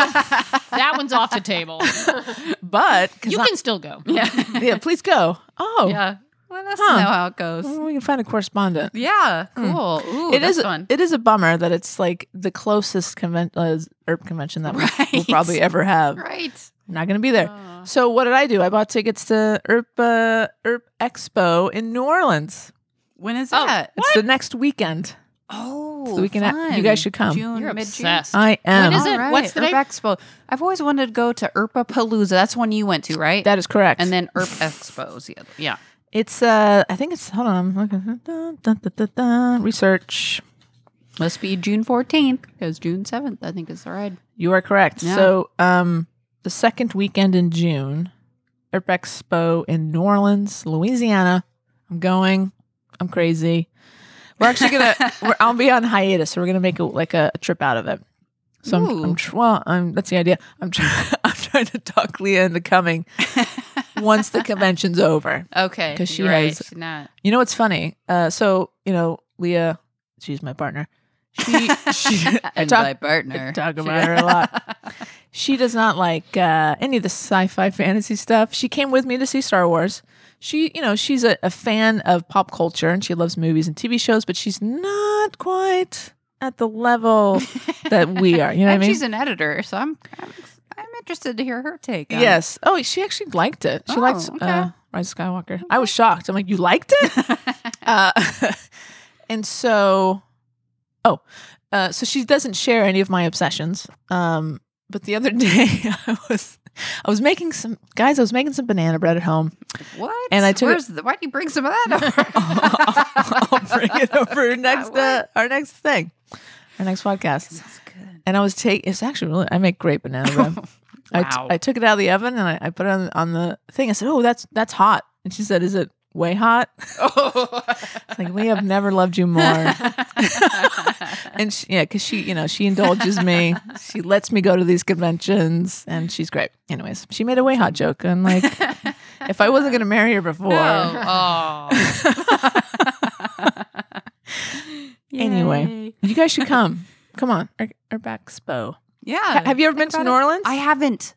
Speaker 3: That one's off the
Speaker 1: *laughs*
Speaker 3: table.
Speaker 2: *laughs* but 'cause
Speaker 3: you
Speaker 2: I-
Speaker 3: can still go.
Speaker 1: yeah.
Speaker 2: yeah, please go. Oh,
Speaker 1: yeah. Let us
Speaker 2: Huh.
Speaker 1: know how it goes.
Speaker 2: well, we can find a correspondent.
Speaker 1: Yeah, cool. Ooh,
Speaker 2: It
Speaker 1: that's
Speaker 2: is.
Speaker 1: fun.
Speaker 2: It is a bummer that it's like the closest conven- uh, herb convention that we- we'll
Speaker 1: *laughs* Right.
Speaker 2: probably ever have.
Speaker 1: right.
Speaker 2: I'm not going to be there. So what did I do? I bought tickets to herb uh, herb Expo in New Orleans.
Speaker 1: When is
Speaker 3: Oh,
Speaker 1: that?
Speaker 2: It's the next weekend.
Speaker 1: Oh,
Speaker 2: the weekend at- you guys should come.
Speaker 1: June,
Speaker 3: You're
Speaker 1: mid-June.
Speaker 3: obsessed.
Speaker 2: I am.
Speaker 3: When is it?
Speaker 1: All
Speaker 3: What's the
Speaker 1: Urp
Speaker 3: name?
Speaker 1: Expo. I've always wanted to go to Urpa Palooza. That's one you went to, right?
Speaker 2: That is correct.
Speaker 1: and then Urp Expo's the other. Yeah.
Speaker 2: it's uh, I think it's hold on. I'm looking. Dun, dun, dun, dun, dun. Research.
Speaker 1: Must be June 14th because June 7th, I think, is the ride.
Speaker 2: You are correct.
Speaker 1: Yeah.
Speaker 2: So um, the second weekend in June, herb Expo in New Orleans, Louisiana. I'm going. I'm crazy. We're actually gonna.
Speaker 1: *laughs*
Speaker 2: we're, I'll be on hiatus, so we're gonna make a, like a, a trip out of it. So I'm, I'm
Speaker 1: Ooh.
Speaker 2: tr- well, I'm, that's the idea. I'm try- *laughs* I'm trying to talk Leah into coming
Speaker 1: *laughs*
Speaker 2: once the convention's over.
Speaker 1: Okay.
Speaker 2: 'Cause she
Speaker 1: you're right.
Speaker 2: has-
Speaker 1: She's not.
Speaker 2: You know what's funny? Uh, so you know, Leah, she's my partner. She, she I
Speaker 1: *laughs* and my
Speaker 2: talk,
Speaker 1: partner.
Speaker 2: talk about her a
Speaker 1: *laughs*
Speaker 2: lot. She does not like uh, any of the sci-fi fantasy stuff. She came with me to see Star Wars. She, you know, she's a, a fan of pop culture and she loves movies and TV shows, but she's not quite at
Speaker 1: *laughs*
Speaker 2: the level that we are. You know what I
Speaker 1: and
Speaker 2: mean?
Speaker 1: she's an editor, so I'm, I'm I'm interested to hear her take. On it.
Speaker 2: yes. Oh, she actually liked it. She
Speaker 1: Oh,
Speaker 2: liked
Speaker 1: okay.
Speaker 2: uh, Rise of Skywalker. I was shocked. I'm like, you liked it?
Speaker 1: *laughs*
Speaker 2: uh, *laughs* and so oh uh, so she doesn't share any of my obsessions um, but the other *laughs* day i was i was making some guys i was making some banana bread at home *laughs*
Speaker 1: What?
Speaker 2: And I took-
Speaker 1: Where's the, why'd you bring some of that over?
Speaker 2: *laughs* i'll, bring it
Speaker 1: *laughs*
Speaker 2: over next uh,
Speaker 1: what?
Speaker 2: our next thing our next podcast
Speaker 1: Sounds good.
Speaker 2: and i was taking it's actually really i make great banana
Speaker 1: *laughs*
Speaker 2: bread I t-
Speaker 3: Wow.
Speaker 2: I took it out of the oven and i, I put it on, on the thing i said oh that's that's hot and she said is it way hot
Speaker 1: *laughs* Oh.
Speaker 2: like we have never loved
Speaker 1: *laughs*
Speaker 2: you more and she, yeah, because she, you know, she indulges me. she lets me go to these conventions, and she's great. Anyways, she made a way hot joke,
Speaker 1: *laughs*
Speaker 2: and like, if I wasn't gonna marry her before,
Speaker 1: No. Oh.
Speaker 2: *laughs* Anyway.
Speaker 1: Yay.
Speaker 2: you guys should come. Come on, our, our Expo.
Speaker 1: Yeah.
Speaker 2: Ha- have you ever been to
Speaker 1: about
Speaker 2: New
Speaker 1: it.
Speaker 2: Orleans?
Speaker 1: I haven't.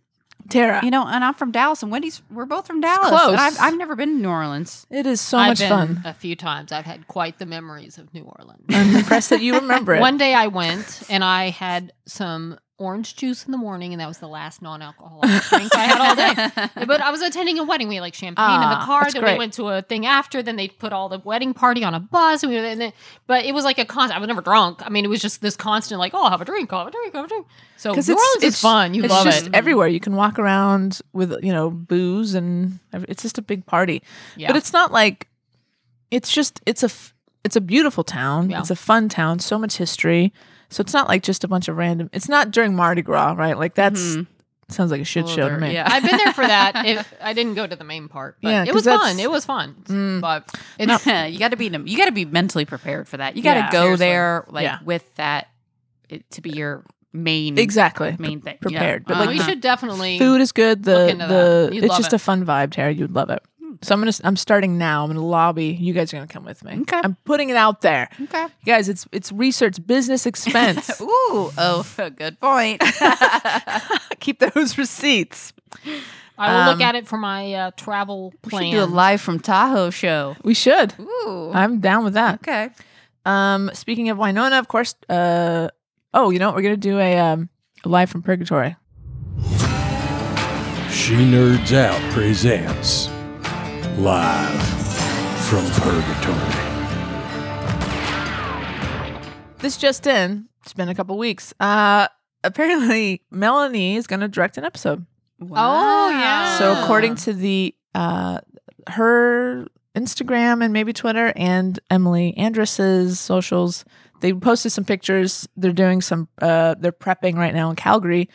Speaker 2: Tara.
Speaker 1: You know, and I'm from Dallas, and Wendy's. We're both from Dallas.
Speaker 2: close.
Speaker 1: And I've, I've never been to New Orleans.
Speaker 2: it is so
Speaker 3: I've
Speaker 2: much
Speaker 3: been
Speaker 2: fun.
Speaker 3: a few times. I've had quite the memories of New Orleans.
Speaker 2: I'm impressed that you remember it.
Speaker 3: One day I went and I had some orange juice in the morning, and that was the last
Speaker 2: *laughs*
Speaker 3: non-alcoholic drink I had all day. But I was attending a wedding. We had like champagne in
Speaker 2: Ah,
Speaker 3: the car.
Speaker 2: that's
Speaker 3: Then
Speaker 2: great.
Speaker 3: we went to a thing after. Then they put all the wedding party on a bus. And we were, and then, but it was like a constant. I was never drunk. I mean, it was just this constant like, oh, I'll have a drink, I'll have a drink, I'll have a drink. So New
Speaker 2: Because
Speaker 3: Orleans
Speaker 2: it's,
Speaker 3: is fun. You
Speaker 2: it's
Speaker 3: love
Speaker 2: just
Speaker 3: it.
Speaker 2: everywhere. You can walk around with you know booze and ev- it's just a big party.
Speaker 3: Yeah.
Speaker 2: But it's not like it's just it's a f- it's a beautiful town.
Speaker 3: Yeah.
Speaker 2: It's a fun town. So much history. So it's not like just a bunch of random. It's not during Mardi Gras, right? Like that's Sounds like a shit show to me.
Speaker 3: Mm-hmm. Yeah,
Speaker 2: *laughs*
Speaker 3: I've been there for that. If I didn't go to the main part, but
Speaker 2: Yeah,
Speaker 3: it
Speaker 2: 'cause
Speaker 3: was
Speaker 2: that's-
Speaker 3: fun. It was fun,
Speaker 2: Mm.
Speaker 3: but it's
Speaker 1: *laughs* you got to be you got to be mentally prepared for that. You got to
Speaker 2: Yeah,
Speaker 1: go
Speaker 2: seriously.
Speaker 1: there like
Speaker 2: Yeah.
Speaker 1: with that it, to be your main
Speaker 2: Exactly.
Speaker 1: main thing.
Speaker 2: prepared,
Speaker 1: Yeah.
Speaker 2: but, like,
Speaker 3: we
Speaker 1: Uh-huh.
Speaker 3: should definitely
Speaker 2: Food is good.
Speaker 3: Look
Speaker 2: The
Speaker 3: into
Speaker 2: the
Speaker 3: that. You'd
Speaker 2: it's
Speaker 3: love
Speaker 2: just
Speaker 3: it. Hmm.
Speaker 2: a fun vibe, Tara. You'd love it. So I'm gonna I'm starting now. I'm gonna lobby. You guys are gonna come with me.
Speaker 1: Okay.
Speaker 2: I'm putting it out there,
Speaker 1: Okay.
Speaker 2: guys. It's it's research, business expense.
Speaker 1: Ooh. Oh, *laughs* good point.
Speaker 2: *laughs* Keep those receipts.
Speaker 3: I will
Speaker 2: um,
Speaker 3: look at it for my uh, travel
Speaker 1: we should
Speaker 3: plan.
Speaker 1: do a live from Tahoe show.
Speaker 2: We should.
Speaker 1: Ooh.
Speaker 2: I'm down with that.
Speaker 1: okay.
Speaker 2: Um, speaking of Winona, of course. Uh, oh, you know what? We're gonna do a um a live from purgatory.
Speaker 4: She Nerds Out presents Live from Purgatory.
Speaker 2: This just in. It's been a couple weeks. Uh, apparently Melanie is gonna direct an episode.
Speaker 3: Oh, yeah.
Speaker 2: So
Speaker 3: Ah.
Speaker 2: according to the uh her Instagram and maybe Twitter and Emily Andress's socials, they posted some pictures. They're doing some uh they're prepping right now in Calgary.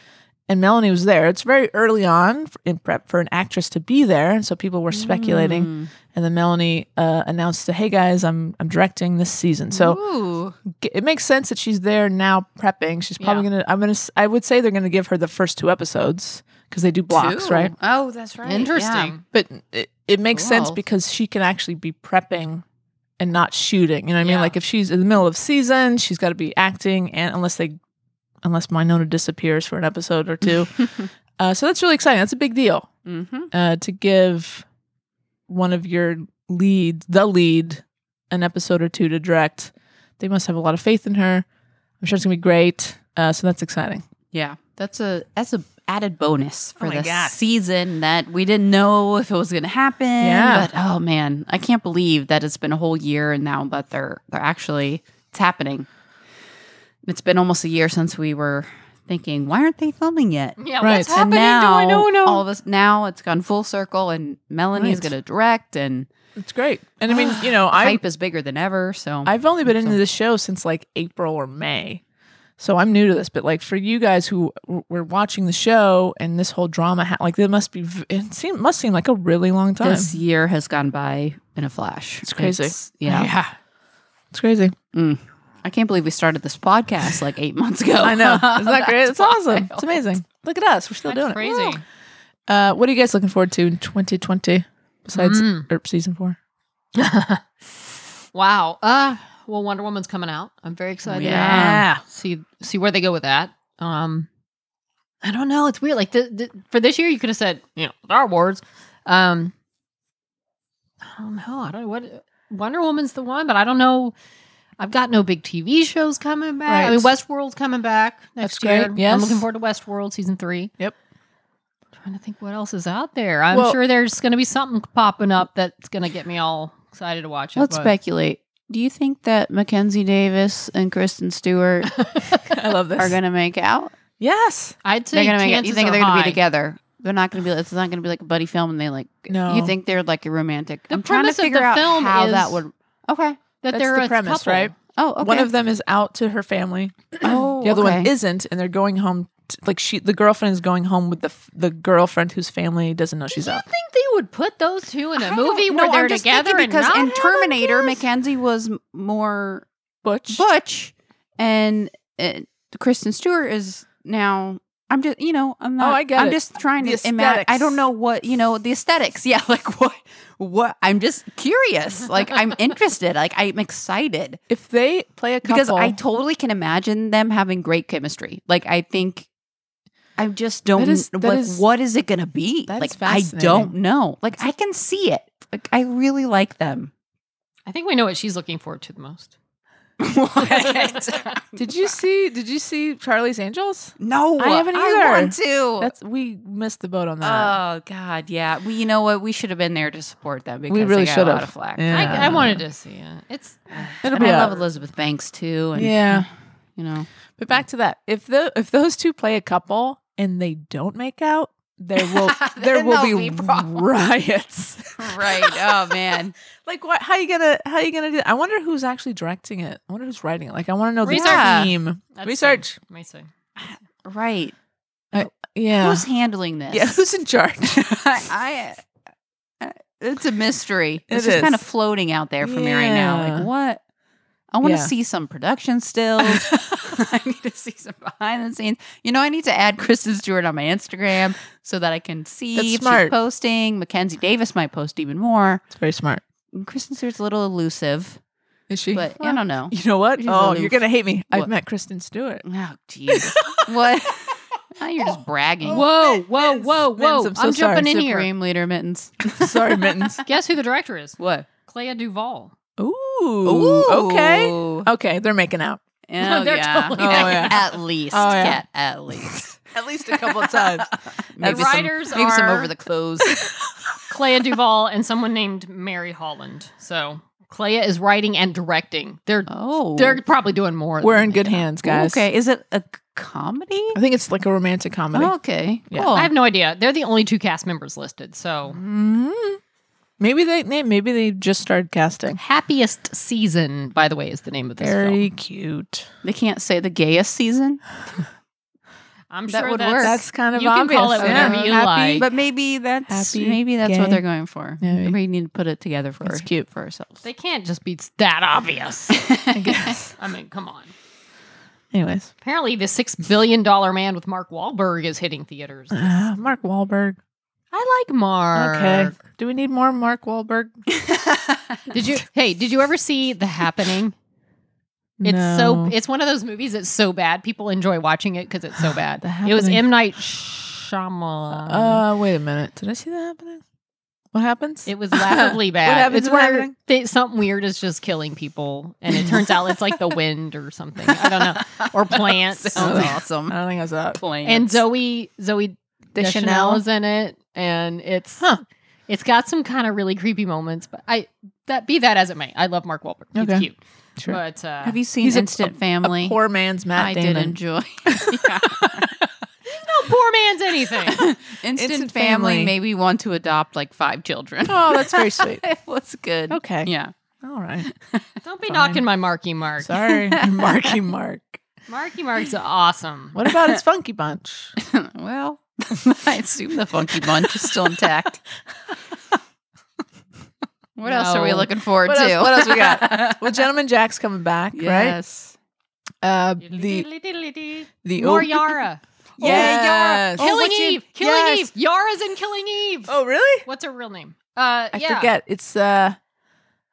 Speaker 2: And Melanie was there. It's very early on f- in prep for an actress to be there, and so people were speculating. And then Melanie uh, announced, "Hey guys, I'm I'm directing this season." So
Speaker 1: Ooh.
Speaker 2: g- it makes sense that she's there now prepping. She's probably gonna. I'm gonna. s- I would say they're gonna give her the first two episodes because they do blocks,
Speaker 1: Two.
Speaker 2: right?
Speaker 1: Oh, that's right. Yeah.
Speaker 3: Interesting.
Speaker 2: But it, it makes sense
Speaker 1: Cool.
Speaker 2: because she can actually be prepping and not shooting. You know what I mean?
Speaker 3: Yeah.
Speaker 2: Like if she's in the middle of season, she's got to be acting, and unless they, unless Minona disappears for an episode or *laughs* two, uh, so that's really exciting. That's a big deal
Speaker 1: Mhm.
Speaker 2: uh, to give one of your lead, the lead, an episode or two to direct. They must have a lot of faith in her. I'm sure it's gonna be great. Uh, so that's exciting.
Speaker 1: Yeah. That's a that's a added bonus for
Speaker 2: Oh my
Speaker 1: this
Speaker 2: God.
Speaker 1: season that we didn't know if it was going to happen.
Speaker 2: Yeah.
Speaker 1: But oh man, I can't believe that it's been a whole year and now that they're they're actually it's happening. It's been almost a year since we were thinking, why aren't they filming yet?
Speaker 3: yeah,
Speaker 2: Right.
Speaker 3: what's happening?
Speaker 1: And now
Speaker 3: Do I know? No.
Speaker 1: all of us now it's gone full circle and Melanie's
Speaker 2: Right.
Speaker 1: going to direct and
Speaker 2: It's great. And I mean, you *sighs* know, I
Speaker 1: hype is bigger than ever. So
Speaker 2: I've only been into
Speaker 1: So-
Speaker 2: this show since like April or May. So I'm new to this, but like for you guys who w- were watching the show and this whole drama, ha- like it must be, v- it seem, must seem like a really long time.
Speaker 1: this year has gone by in a flash.
Speaker 2: It's crazy. *laughs*
Speaker 1: yeah.
Speaker 2: It's crazy.
Speaker 1: I can't believe we started this podcast like eight months ago.
Speaker 3: *laughs*
Speaker 2: I know.
Speaker 1: *laughs*
Speaker 2: Isn't that great?
Speaker 1: That's
Speaker 2: It's awesome.
Speaker 1: wild.
Speaker 2: It's amazing. Look at us. We're still
Speaker 3: That's
Speaker 2: doing it.
Speaker 3: crazy.
Speaker 2: Uh, what are you guys looking forward to in 2020 besides
Speaker 3: Mm.
Speaker 2: ERP season four? *laughs*
Speaker 3: Wow. Uh, well, Wonder Woman's coming out. I'm
Speaker 2: Oh,
Speaker 3: very excited.
Speaker 1: Yeah.
Speaker 3: Um, see see where they go with that. Um, I don't know. It's weird. Like the, the, for this year, you could have said you know Star Wars. Um, I don't know. I don't know what Wonder Woman's the one, but I don't know. I've got no big TV shows coming back. I
Speaker 2: Right.
Speaker 3: mean, Westworld's coming back next
Speaker 2: That's great.
Speaker 3: year.
Speaker 2: Yes.
Speaker 3: I'm looking forward to Westworld season three.
Speaker 2: Yep.
Speaker 3: Trying to think what else is out there. I'm
Speaker 2: Well-
Speaker 3: sure there's going to be something popping up that's going to get me all excited to watch it.
Speaker 1: Let's
Speaker 3: but-
Speaker 1: speculate. Do you think that Mackenzie Davis and
Speaker 3: *laughs*
Speaker 1: Kristen Stewart
Speaker 2: I love
Speaker 1: *laughs*
Speaker 2: this.
Speaker 1: are going to make out?
Speaker 2: yes.
Speaker 3: I'd say
Speaker 1: They're going to make out.
Speaker 3: chances
Speaker 1: You think
Speaker 3: are
Speaker 1: they're going to
Speaker 3: high.
Speaker 1: be together? They're not going to be. It's not going to be like a buddy film, and they like.
Speaker 2: No.
Speaker 1: You think they're like a romantic?
Speaker 3: The
Speaker 1: I'm trying to
Speaker 3: premise of
Speaker 1: figure
Speaker 3: the
Speaker 1: out
Speaker 3: film
Speaker 1: how that
Speaker 3: is-
Speaker 1: would. Okay.
Speaker 3: That
Speaker 2: That's
Speaker 3: they're
Speaker 2: the
Speaker 3: a
Speaker 2: premise,
Speaker 3: couple.
Speaker 2: right?
Speaker 1: Oh, okay.
Speaker 2: One of them is out to her family.
Speaker 1: Oh,
Speaker 2: *clears throat* The other one
Speaker 1: okay.
Speaker 2: isn't, and they're going home. t like she, the girlfriend is going home with the f- the girlfriend whose family doesn't know she's
Speaker 3: Do you
Speaker 2: out.
Speaker 3: think they would put those two in a
Speaker 1: I don't
Speaker 3: movie
Speaker 1: know.
Speaker 3: where
Speaker 1: I'm
Speaker 3: they're
Speaker 1: just thinking
Speaker 3: together?
Speaker 1: because
Speaker 3: and
Speaker 1: in
Speaker 3: not having
Speaker 1: Terminator,
Speaker 3: kids?
Speaker 1: Mackenzie was m- more
Speaker 2: Butch.
Speaker 1: Butch and uh, Kristen Stewart is now. I'm just, you know, I'm not.
Speaker 2: Oh, I get
Speaker 1: I'm
Speaker 2: it.
Speaker 1: just trying
Speaker 2: The
Speaker 1: to imagine. I
Speaker 2: aesthetics.
Speaker 1: don't know what you know the aesthetics. Yeah, *laughs* like what, what? I'm just curious. Like
Speaker 2: *laughs*
Speaker 1: I'm interested. Like I'm excited
Speaker 2: If they play a couple,
Speaker 1: because I totally can imagine them having great chemistry. Like I think. I just don't.
Speaker 2: That is- that
Speaker 1: like,
Speaker 2: is-
Speaker 1: what is it going to be?
Speaker 2: that
Speaker 1: Like
Speaker 2: is
Speaker 1: I
Speaker 2: fascinating.
Speaker 1: don't know. Like I can see it. Like I really like them.
Speaker 3: I think we know what she's looking forward to the
Speaker 1: *laughs*
Speaker 3: most.
Speaker 1: What?
Speaker 2: did you see? Did you see Charlie's Angels?
Speaker 1: No,
Speaker 2: I haven't either.
Speaker 1: want to.
Speaker 2: That's we missed the boat on that.
Speaker 1: oh God, yeah. Well, you know what? We should have been there to support them because
Speaker 2: we really
Speaker 1: they got
Speaker 2: should
Speaker 1: a lot
Speaker 2: have.
Speaker 1: of flack.
Speaker 3: I, I wanted to see it.
Speaker 1: *sighs*
Speaker 3: It's
Speaker 2: It'll
Speaker 1: Oh, And
Speaker 2: be
Speaker 1: I
Speaker 2: out.
Speaker 1: love Elizabeth Banks too. And,
Speaker 2: Yeah,
Speaker 1: you know,
Speaker 2: but back to that. If the if those two play a couple and they don't make out, there will
Speaker 1: *laughs*
Speaker 2: there
Speaker 1: Then
Speaker 2: will
Speaker 1: there'll
Speaker 2: be,
Speaker 1: be problems.
Speaker 2: *laughs* riots.
Speaker 1: *laughs* right? Oh man,
Speaker 2: like what? How you gonna how you gonna do? I wonder who's actually directing it. I wonder who's writing it. Like I want to know the
Speaker 3: Research.
Speaker 2: team.
Speaker 3: that's
Speaker 2: Research.
Speaker 3: Amazing.
Speaker 1: right?
Speaker 2: I- yeah.
Speaker 1: Who's handling this?
Speaker 2: yeah, who's in *laughs* charge?
Speaker 1: *laughs* I, I, it's a mystery. It's
Speaker 2: It
Speaker 1: just kind
Speaker 2: is.
Speaker 1: of floating out there for me right now.
Speaker 2: Yeah.
Speaker 1: Like what? I want to
Speaker 2: Yeah.
Speaker 1: see some production
Speaker 2: *laughs*
Speaker 1: stills. *laughs* I need *laughs* to see some behind the scenes. You know, I need to add Kristen Stewart on my Instagram so that I can see
Speaker 2: That's
Speaker 1: if she's
Speaker 2: smart.
Speaker 1: posting. Mackenzie Davis might post even more.
Speaker 2: It's very smart.
Speaker 1: And Kristen Stewart's a little elusive,
Speaker 2: Is she?
Speaker 1: but I don't know.
Speaker 2: You know what?
Speaker 1: She's
Speaker 2: Oh,
Speaker 1: aloof.
Speaker 2: you're gonna hate me. I've
Speaker 1: What?
Speaker 2: met
Speaker 3: *laughs*
Speaker 2: Kristen Stewart.
Speaker 1: *laughs* Oh, jeez. what? Now you're just bragging.
Speaker 3: *laughs*
Speaker 1: *laughs*
Speaker 3: Whoa, whoa,
Speaker 2: Mittens.
Speaker 3: whoa, whoa.
Speaker 2: Mittens, I'm so
Speaker 3: I'm jumping
Speaker 2: sorry.
Speaker 3: in here.
Speaker 1: Supreme leader mittens.
Speaker 2: Sorry, mittens.
Speaker 3: Guess who the director is?
Speaker 1: What?
Speaker 3: Clea Duvall.
Speaker 2: Ooh. Okay.
Speaker 1: Ooh.
Speaker 2: Okay, they're making out.
Speaker 1: Oh, *laughs*
Speaker 3: They're
Speaker 1: yeah.
Speaker 3: totally
Speaker 2: Oh, making yeah. out.
Speaker 1: At least.
Speaker 2: Oh, yeah.
Speaker 1: Kat, at least.
Speaker 2: *laughs*
Speaker 1: *laughs*
Speaker 2: At least a couple of *laughs* times.
Speaker 3: The
Speaker 1: some-
Speaker 3: writers
Speaker 1: maybe some
Speaker 3: are-
Speaker 1: over the clothes.
Speaker 2: *laughs*
Speaker 3: Clea Duvall and someone named Mary Holland. So Clea is writing and directing. They're
Speaker 1: oh.
Speaker 3: they're probably doing more.
Speaker 2: We're
Speaker 3: than
Speaker 2: in
Speaker 3: they
Speaker 2: good
Speaker 3: do.
Speaker 2: hands, guys.
Speaker 1: Okay. Is it a c- comedy?
Speaker 2: I think it's like a romantic comedy.
Speaker 1: Oh, okay.
Speaker 2: Yeah.
Speaker 1: Cool.
Speaker 3: I have no idea. They're the only two cast members listed. So
Speaker 2: Mm. Maybe they, they maybe they just started casting.
Speaker 3: happiest season, by the way, is the name of this film.
Speaker 2: Very cute.
Speaker 1: they can't say the gayest season,
Speaker 3: I'm
Speaker 1: that
Speaker 3: sure
Speaker 1: would
Speaker 3: that's,
Speaker 1: work.
Speaker 2: That's kind of
Speaker 3: You can
Speaker 2: obvious.
Speaker 3: call it
Speaker 2: Oh, yeah.
Speaker 3: whatever you
Speaker 2: Happy-
Speaker 3: like.
Speaker 1: but maybe that's
Speaker 2: Happy,
Speaker 1: maybe that's what
Speaker 2: gay.
Speaker 1: they're going for.
Speaker 2: Maybe.
Speaker 1: We need to put it together for
Speaker 2: That's cute.
Speaker 1: for ourselves.
Speaker 3: they can't just be that obvious.
Speaker 2: *laughs* I guess.
Speaker 3: I mean, come on.
Speaker 2: Anyways,
Speaker 3: Apparently, the six billion dollar man with Mark Wahlberg is hitting
Speaker 2: *laughs*
Speaker 3: theaters.
Speaker 2: Ah, Mark Wahlberg.
Speaker 3: I like Mark.
Speaker 2: Okay. Do we need more Mark Wahlberg?
Speaker 3: Did you? Hey, did you ever see The Happening? It's so.
Speaker 2: No.
Speaker 3: It's one of those movies that's so bad. People enjoy watching it because it's
Speaker 2: *sighs*
Speaker 3: so bad.
Speaker 2: The
Speaker 3: it was
Speaker 2: Happening.
Speaker 3: M Night Shyamalan.
Speaker 2: Uh, wait a minute. Did I see that happening? What happens?
Speaker 3: it was
Speaker 2: *laughs*
Speaker 3: laughably bad.
Speaker 2: happens
Speaker 3: it's
Speaker 2: in The
Speaker 3: where
Speaker 2: Happening?
Speaker 3: they, something weird is just killing people, and it turns out it's like
Speaker 2: *laughs*
Speaker 3: the wind or something. I don't know, or plants.
Speaker 1: *laughs* Sounds
Speaker 2: Oh.
Speaker 1: awesome.
Speaker 2: I don't think I saw it.
Speaker 1: Plans.
Speaker 3: and Zoe Zoe Deschanel is in it, and it's
Speaker 2: Huh.
Speaker 3: it's got some kind of really creepy moments. But I that be that as it may, I love Mark Wahlberg. He's
Speaker 2: Okay.
Speaker 3: cute,
Speaker 2: Sure.
Speaker 3: but uh,
Speaker 1: have you seen
Speaker 2: He's a-
Speaker 1: Instant
Speaker 2: A
Speaker 1: Family?
Speaker 2: poor man's Matt
Speaker 1: I
Speaker 2: Damon.
Speaker 1: did *laughs* enjoy.
Speaker 3: no Oh, poor man's anything.
Speaker 2: *laughs*
Speaker 1: Instant,
Speaker 2: Instant
Speaker 1: family,
Speaker 2: Family.
Speaker 1: made me want to adopt like five children. *laughs*
Speaker 2: oh, that's very sweet.
Speaker 1: it was good.
Speaker 2: Okay.
Speaker 1: Yeah.
Speaker 2: All
Speaker 1: *laughs*
Speaker 2: right.
Speaker 3: Don't be
Speaker 2: Fine.
Speaker 3: knocking my Marky Mark.
Speaker 2: Sorry, Marky Mark.
Speaker 3: Marky Mark's awesome.
Speaker 2: What
Speaker 1: *laughs*
Speaker 2: about his Funky Bunch?
Speaker 1: well, *laughs* I assume the funky bunch is still *laughs* intact. What else are we
Speaker 3: No.
Speaker 1: looking forward
Speaker 2: What
Speaker 1: to?
Speaker 2: else- what else
Speaker 1: *laughs*
Speaker 2: we got? Well, Gentleman Jack's coming back,
Speaker 1: yes.
Speaker 2: right? Uh, the
Speaker 3: The,
Speaker 2: the
Speaker 3: More
Speaker 2: op-
Speaker 3: Yara.
Speaker 2: Oh, yes.
Speaker 1: Oh,
Speaker 3: Killing
Speaker 1: what's your-
Speaker 3: Eve. Killing
Speaker 2: yes.
Speaker 3: Eve. Yara's in Killing Eve.
Speaker 2: Oh, really?
Speaker 3: What's her real name? Uh,
Speaker 2: I
Speaker 3: yeah.
Speaker 2: forget. It's uh,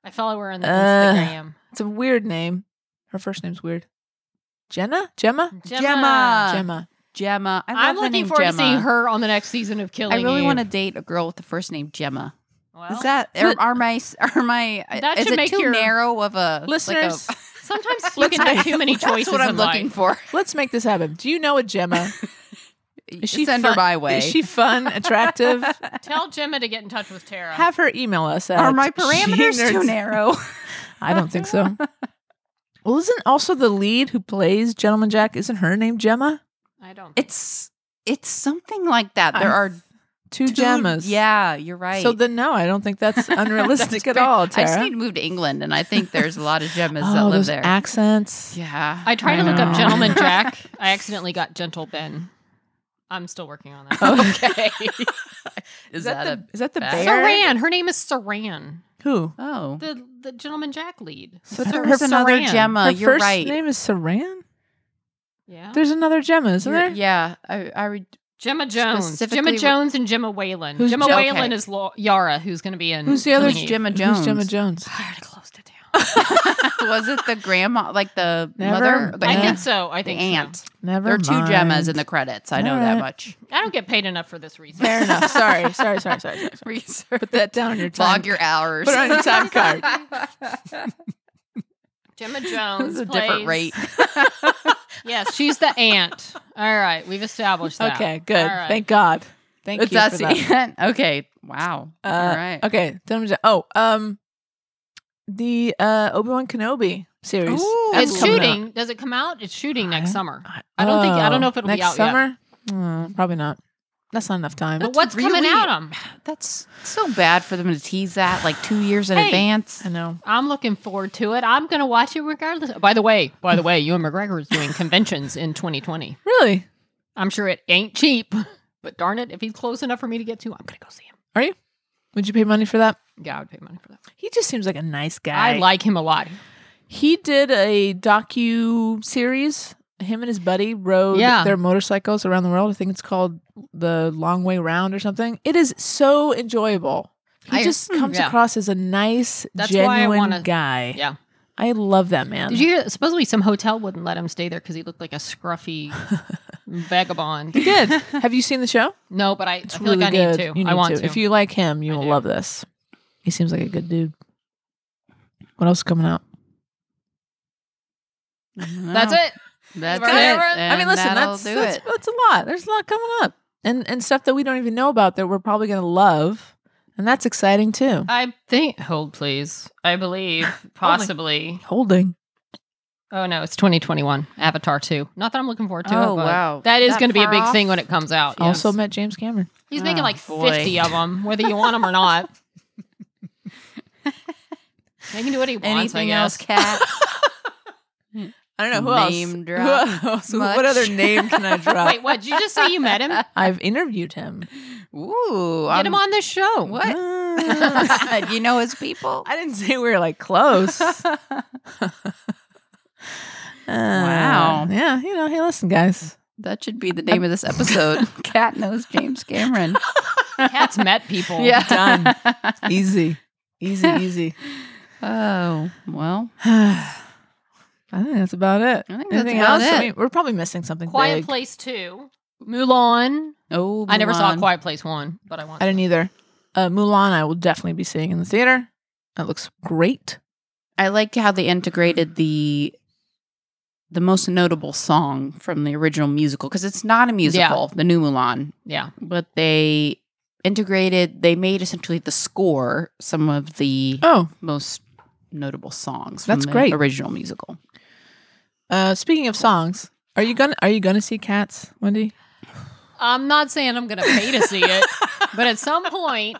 Speaker 3: I follow her on the
Speaker 2: Uh,
Speaker 3: Instagram.
Speaker 2: it's a weird name. Her first name's weird. Jenna? Gemma?
Speaker 3: Gemma.
Speaker 1: Gemma.
Speaker 2: Gemma.
Speaker 1: Gemma. I love
Speaker 3: I'm
Speaker 1: the
Speaker 3: looking
Speaker 1: name
Speaker 3: forward
Speaker 1: Gemma.
Speaker 3: to seeing her on the next season of Killing
Speaker 1: I
Speaker 3: Eve.
Speaker 1: really want to date a girl with the first name Gemma.
Speaker 3: Well,
Speaker 1: is that are, are my are my
Speaker 3: That
Speaker 1: is
Speaker 3: should
Speaker 1: it
Speaker 3: make
Speaker 1: too
Speaker 3: your
Speaker 1: narrow of a *laughs*
Speaker 2: Listeners,
Speaker 1: Like
Speaker 3: sometimes you
Speaker 2: Let's
Speaker 3: can have
Speaker 2: make-
Speaker 3: too many
Speaker 1: a,
Speaker 3: choices.
Speaker 1: that's what I'm
Speaker 3: in
Speaker 1: looking
Speaker 3: life.
Speaker 1: for.
Speaker 2: let's make this happen. Do you know a Gemma?
Speaker 1: Send her my *laughs* way.
Speaker 2: Is she
Speaker 1: *laughs*
Speaker 2: fun, attractive?
Speaker 3: Tell Gemma to get in touch with Tara.
Speaker 2: Have her email us. At
Speaker 1: are my parameters too
Speaker 2: shenerds-
Speaker 1: narrow?
Speaker 2: I don't think so. *laughs* Well, isn't also the lead who plays Gentleman Jack? Isn't her name Gemma?
Speaker 3: I don't. think-
Speaker 1: It's it's something like that. There
Speaker 2: I-
Speaker 1: are
Speaker 2: Two,
Speaker 1: two-
Speaker 2: Gemmas.
Speaker 1: Yeah, you're right.
Speaker 2: So then, no, I don't think
Speaker 1: *laughs*
Speaker 2: that's unrealistic at
Speaker 1: fair.
Speaker 2: all,
Speaker 1: I just
Speaker 2: Tara.
Speaker 1: need to move to England, and I think there's a lot of Gemmas
Speaker 2: *laughs* oh,
Speaker 1: that live
Speaker 2: those
Speaker 1: there.
Speaker 2: accents.
Speaker 1: yeah,
Speaker 3: I tried to look
Speaker 2: I
Speaker 3: up *laughs*
Speaker 1: *laughs*
Speaker 2: know.
Speaker 3: Gentleman Jack. I accidentally got Gentle Ben. I'm still working on that. *laughs*
Speaker 1: okay,
Speaker 2: Is that,
Speaker 1: a
Speaker 2: the is that the
Speaker 1: fact?
Speaker 2: bear?
Speaker 3: Saran. Her name is Saran.
Speaker 2: Who?
Speaker 1: oh?
Speaker 3: The the gentleman Jack lead.
Speaker 2: So
Speaker 3: Sarah
Speaker 2: there
Speaker 1: There's another
Speaker 3: Saran.
Speaker 1: Gemma.
Speaker 2: Her
Speaker 1: Uh, you're
Speaker 2: first
Speaker 1: right.
Speaker 2: name is Saran.
Speaker 3: Yeah.
Speaker 2: There's another Gemma, isn't
Speaker 1: You're-
Speaker 2: there?
Speaker 1: Yeah, I, I would.
Speaker 3: Gemma Jones. Gemma
Speaker 1: Specifically-
Speaker 3: Jones and Gemma Whalen.
Speaker 2: Who's
Speaker 3: Gemma
Speaker 2: Jo-
Speaker 3: Whalen
Speaker 1: okay.
Speaker 3: is Lo- Yara, who's going to be in.
Speaker 2: Who's the other
Speaker 3: Killing Eve.
Speaker 1: Gemma
Speaker 2: Who's
Speaker 1: Jones?
Speaker 2: Gemma
Speaker 1: *sighs*
Speaker 2: Jones.
Speaker 3: I already closed it down.
Speaker 1: was it the grandma, like the
Speaker 2: Never
Speaker 1: mother, the
Speaker 3: I
Speaker 2: Yeah.
Speaker 3: think
Speaker 1: aunt?
Speaker 3: so. I
Speaker 1: The
Speaker 3: think
Speaker 1: aunt.
Speaker 3: So.
Speaker 2: Never.
Speaker 1: There are two
Speaker 2: mind.
Speaker 1: Gemmas in the credits. I know that
Speaker 2: Alright.
Speaker 1: much.
Speaker 3: I don't get paid enough for this reason.
Speaker 2: *laughs* Fair
Speaker 1: *laughs*
Speaker 2: enough. Sorry, sorry, sorry, sorry. sorry.
Speaker 1: Research.
Speaker 2: Put that down on your time.
Speaker 1: Log your hours.
Speaker 2: Put it
Speaker 1: *laughs*
Speaker 2: on your time card.
Speaker 3: Gemma
Speaker 2: *laughs*
Speaker 3: Jones.
Speaker 1: It's a
Speaker 3: plays,
Speaker 1: different rate.
Speaker 3: Yes, she's the aunt. All right, we've established that.
Speaker 2: Okay, good.
Speaker 3: All right.
Speaker 2: Thank God. Thank you
Speaker 1: that's
Speaker 2: for that.
Speaker 1: the end. *laughs* Okay. Wow.
Speaker 2: Uh,
Speaker 1: All right.
Speaker 2: Okay, Gentleman Jack. Oh, um, the uh Obi Wan Kenobi series.
Speaker 1: Ooh.
Speaker 2: that's
Speaker 3: It's
Speaker 2: coming out.
Speaker 3: shooting. Does it come out? It's shooting next
Speaker 2: I-
Speaker 3: summer. I don't think- I don't know if it'll be
Speaker 2: next
Speaker 3: out yet.
Speaker 2: summer. Mm, probably not. That's not enough time.
Speaker 3: But what's coming
Speaker 1: really-
Speaker 3: out? on?
Speaker 1: That's so bad for them to tease that like two years in
Speaker 3: Hey.
Speaker 1: advance.
Speaker 2: *laughs* I know.
Speaker 3: I'm looking forward to it. I'm going to watch it regardless. By the way, by the way, Ewan McGregor is doing conventions in 2020.
Speaker 2: Really?
Speaker 3: I'm sure it ain't cheap, *laughs* but darn it, if he's close enough for me to get to, I'm gonna go see him.
Speaker 2: Would you pay money for that?
Speaker 3: Yeah, I would pay money for that.
Speaker 2: He just seems like a nice guy.
Speaker 3: I like him a lot.
Speaker 2: He did a docu series. Him and his buddy rode
Speaker 3: Yeah.
Speaker 2: their motorcycles around the world. I think it's called the Long Way Round or something. It is so enjoyable. He
Speaker 3: I-
Speaker 2: just
Speaker 3: hmm,
Speaker 2: comes
Speaker 3: yeah.
Speaker 2: across as a nice,
Speaker 3: That's why I
Speaker 2: genuine
Speaker 3: wanna-
Speaker 2: guy.
Speaker 3: Yeah.
Speaker 2: I love that man.
Speaker 3: Did you hear? Supposedly, some hotel wouldn't let him stay there because he looked like a
Speaker 2: *laughs*
Speaker 3: scruffy vagabond.
Speaker 2: Good. Have you seen the show?
Speaker 3: No, but I, I
Speaker 2: It's
Speaker 3: feel
Speaker 2: really
Speaker 3: like I
Speaker 2: good.
Speaker 3: need to.
Speaker 2: You
Speaker 3: I want to.
Speaker 2: If you like him, you
Speaker 3: I
Speaker 2: will
Speaker 3: do.
Speaker 2: love this. He seems like a good dude. What else is coming out?
Speaker 3: That's it.
Speaker 1: That's
Speaker 3: Right.
Speaker 1: it.
Speaker 3: I
Speaker 2: I mean,
Speaker 1: and
Speaker 2: listen,
Speaker 1: that'll
Speaker 2: that's,
Speaker 1: do
Speaker 2: that's, *laughs*
Speaker 1: it.
Speaker 2: that's a lot. There's a lot coming up, and and stuff that we don't even know about that we're probably gonna love, and that's exciting too.
Speaker 1: Uh,
Speaker 3: I think. Hold, please. I
Speaker 2: *laughs*
Speaker 3: believe possibly.
Speaker 2: Holding.
Speaker 3: Oh no, it's 2021. Avatar 2. Not that I'm looking forward to it.
Speaker 1: Oh,
Speaker 3: but
Speaker 1: wow.
Speaker 3: that is
Speaker 1: That
Speaker 3: going to be a
Speaker 1: far
Speaker 3: big
Speaker 1: off?
Speaker 3: thing when it comes out. yes.
Speaker 2: Also met James Cameron.
Speaker 3: he's making
Speaker 1: Oh,
Speaker 3: like
Speaker 1: boy.
Speaker 3: 50 of them, whether you want them or
Speaker 1: *laughs*
Speaker 3: not. they can do what he wants. I
Speaker 1: Anything
Speaker 3: guess.
Speaker 1: else, Cat?
Speaker 2: I don't know who else.
Speaker 1: Name
Speaker 2: *laughs* Who
Speaker 1: drop
Speaker 2: else?
Speaker 1: much?
Speaker 2: What other name
Speaker 1: *laughs*
Speaker 2: can I drop?
Speaker 3: Wait, what? Did you just say you met him? Get
Speaker 2: I've interviewed him.
Speaker 1: *laughs* Ooh,
Speaker 3: him on this show.
Speaker 1: What? *laughs* you know his people.
Speaker 2: *laughs* I didn't say we were like *laughs* close.
Speaker 1: Wow.
Speaker 2: Yeah, you know, hey,
Speaker 1: *laughs*
Speaker 2: listen, guys.
Speaker 1: *laughs* That should be the name of this episode. Cat knows James Cameron.
Speaker 3: Cat's met people.
Speaker 1: *laughs* Yeah.
Speaker 2: Done. Easy. Easy, easy.
Speaker 1: *laughs*
Speaker 2: *sighs*
Speaker 1: Oh well.
Speaker 2: I think that's about it.
Speaker 1: I think that's about it.
Speaker 2: I mean, we're probably missing something
Speaker 3: Quiet
Speaker 2: big.
Speaker 3: Place 2. Mulan.
Speaker 1: Oh,
Speaker 3: I never saw
Speaker 1: Mulan.
Speaker 3: Quiet Place 1, but I want
Speaker 2: I didn't either. Uh, Mulan, I will definitely be seeing in the theater. That looks great.
Speaker 1: I like how they integrated the the most notable song from the original musical because it's not a musical, the new Mulan,
Speaker 3: Yeah.
Speaker 1: but they integrated. They made essentially the score some of the
Speaker 2: Oh,
Speaker 1: most notable songs.
Speaker 2: That's
Speaker 1: from
Speaker 2: great.
Speaker 1: The original musical.
Speaker 2: uh, speaking of songs, are you gonna are you gonna see Cats, Wendy?
Speaker 3: I'm not saying I'm going to pay to see it, but at some point,